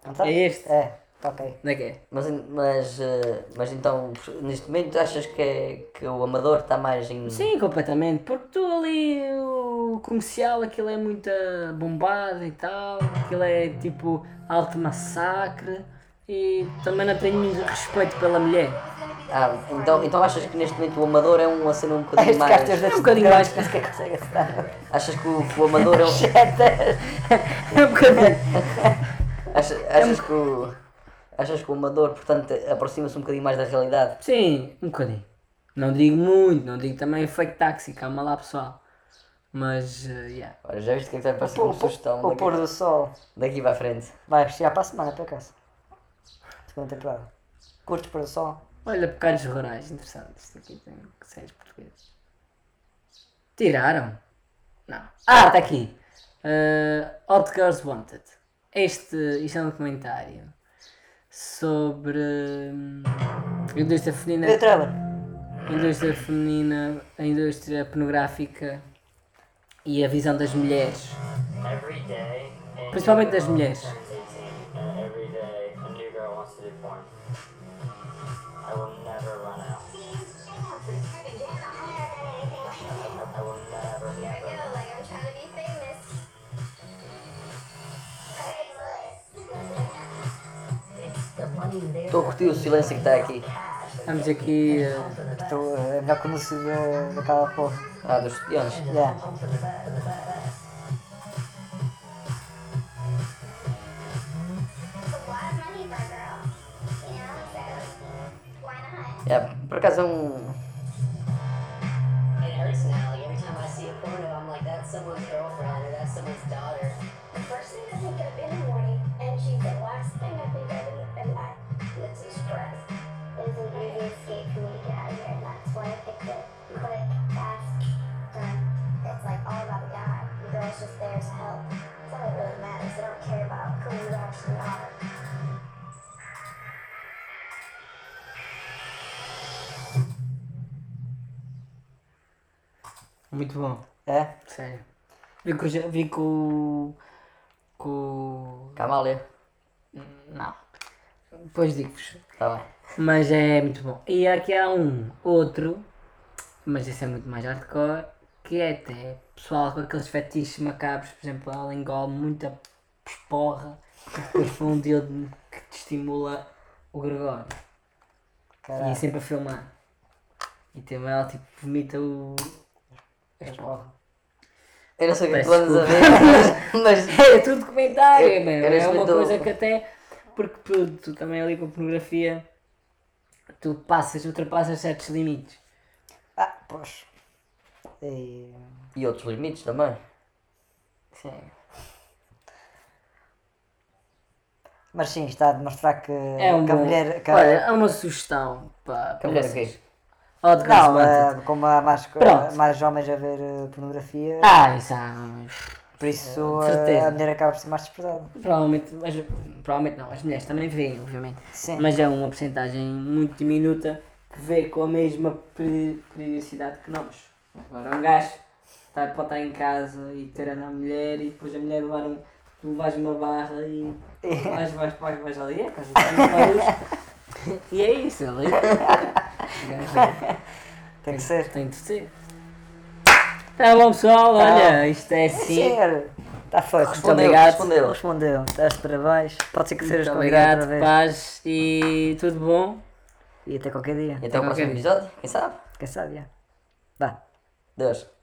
Speaker 2: Não está?
Speaker 3: É este?
Speaker 2: É, está ok.
Speaker 3: Onde é que é?
Speaker 1: Mas, mas, eh, mas então, neste momento, achas que, é, que o amador está mais em.
Speaker 3: Sim, completamente. Porque tu ali, o comercial, aquilo é muito ah, bombado e tal, aquilo é tipo alto massacre e também não tenho muito respeito pela mulher.
Speaker 1: Ah, então, então achas que neste momento o Amador é um a ser um bocadinho
Speaker 2: Este
Speaker 1: mais.
Speaker 2: gajo tem
Speaker 3: um bocadinho mais.
Speaker 2: Mas que consegue acertar?
Speaker 1: Achas que o, que o Amador é um.
Speaker 3: É um bocadinho.
Speaker 1: Achas, achas que o. Achas que o Amador, portanto, aproxima-se um bocadinho mais da realidade?
Speaker 3: Sim, um bocadinho. Não digo muito, não digo também fake taxi, calma lá pessoal. Mas, eh, yeah.
Speaker 1: Olha, já viste que é que vai aparecer
Speaker 2: O,
Speaker 1: uma sugestão
Speaker 2: o, o pôr
Speaker 1: daqui,
Speaker 2: do sol
Speaker 1: daqui para a frente?
Speaker 2: vai rechear para a semana, por acaso. Segunda temporada. Curto pôr do sol.
Speaker 3: Olha, pecados rurais, interessante. Isto aqui tem séries portugueses. Tiraram? Não. Ah, está aqui. Eh, Hot Girls Wanted. Este, isto é um documentário sobre hum, a indústria feminina,
Speaker 2: Vê o trailer.
Speaker 3: a indústria feminina, a indústria pornográfica e a visão das mulheres.
Speaker 4: Every day, a
Speaker 3: Principalmente
Speaker 4: new
Speaker 3: das
Speaker 4: girl
Speaker 3: mulheres.
Speaker 4: turns 18, and every day a new girl wants to do porn. I will never run out. I will never, never. run out.
Speaker 1: Estou a curtir o silêncio que está aqui.
Speaker 3: Estamos aqui. eh,
Speaker 2: Estou é melhor que o anúncio da- daquela porra.
Speaker 1: Ah, dos estudiantes.
Speaker 2: Yeah.
Speaker 1: É, por acaso é um.
Speaker 5: It hurts now. Like every time I see a porno, I'm like, that's someone's girlfriend or that's someone's daughter.
Speaker 6: The first thing I think of in the morning, and she's the last thing I think of in, in my list of stress, is an easy escape for me to get out of here, and that's why I picked it. Quick, fast, done. It's like all about the guy. The girl's just there to help. That's all that really matters. They don't care about who you actually are.
Speaker 3: Muito bom.
Speaker 2: É?
Speaker 3: Sério. Vi com. o Ja- Vi com. com.
Speaker 1: Camália.
Speaker 3: Não. Depois digo-vos.
Speaker 1: Está Tá bem.
Speaker 3: Mas é muito bom. E aqui há um outro, mas esse é muito mais hardcore, que é até pessoal com aqueles fetiches macabros, por exemplo, ela engole muita porra e depois foi um dedo que te estimula o Gregório. E é
Speaker 2: Caralho.
Speaker 3: sempre a filmar. E também ela tipo vomita o. as porra.
Speaker 1: Eu não sei o que é que
Speaker 3: Peço
Speaker 1: tu andas a ver, mas. mas-
Speaker 3: É tudo documentário,
Speaker 1: Eu-
Speaker 3: meu.
Speaker 1: eu
Speaker 3: É
Speaker 1: neste
Speaker 3: uma
Speaker 1: momento-
Speaker 3: coisa que até. Porque tu, tu também ali com a pornografia tu passas, ultrapassas certos limites.
Speaker 2: Ah, pois. E...
Speaker 1: E outros limites também.
Speaker 3: Sim.
Speaker 2: Mas sim, está a demonstrar que,
Speaker 3: É um
Speaker 2: que a
Speaker 3: bom-
Speaker 2: mulher. Que a-
Speaker 3: Olha, há uma sugestão para, para
Speaker 1: mulher o
Speaker 3: vocês.
Speaker 1: quê?
Speaker 3: Ou de
Speaker 2: não,
Speaker 3: Não,
Speaker 2: eh, como há mais, co-
Speaker 3: Pronto.
Speaker 2: mais homens a ver eh, pornografia,
Speaker 3: Ah, isso há. mas-
Speaker 2: por isso eh,
Speaker 3: certeza.
Speaker 2: a mulher acaba por ser mais despertada.
Speaker 3: Provavelmente, mas, provavelmente não, as mulheres também veem, obviamente.
Speaker 2: Sim.
Speaker 3: Mas é uma porcentagem muito diminuta que vê com a mesma pri- periodicidade que nós. Agora um gajo está, pode estar em casa e ter a mulher e depois a mulher levar um. Tu levas uma barra e vais, vais, vais, vais ali, é, vais, vais, E é isso, ali.
Speaker 2: Tem É que ser.
Speaker 3: Tem de ser. Tá bom pessoal, olha, isto é assim.
Speaker 2: Está feito.
Speaker 3: Respondeu,
Speaker 2: respondeu. Respondeu. Deste parabéns. Pode ser que sejas
Speaker 3: Muito
Speaker 2: convidado outra
Speaker 3: obrigado,
Speaker 2: vez.
Speaker 3: paz e tudo bom.
Speaker 2: E até qualquer dia.
Speaker 1: E até o
Speaker 3: Até
Speaker 1: próximo
Speaker 3: qualquer dia.
Speaker 1: episódio, quem sabe?
Speaker 2: Quem sabe, já. Vá.
Speaker 1: Deus.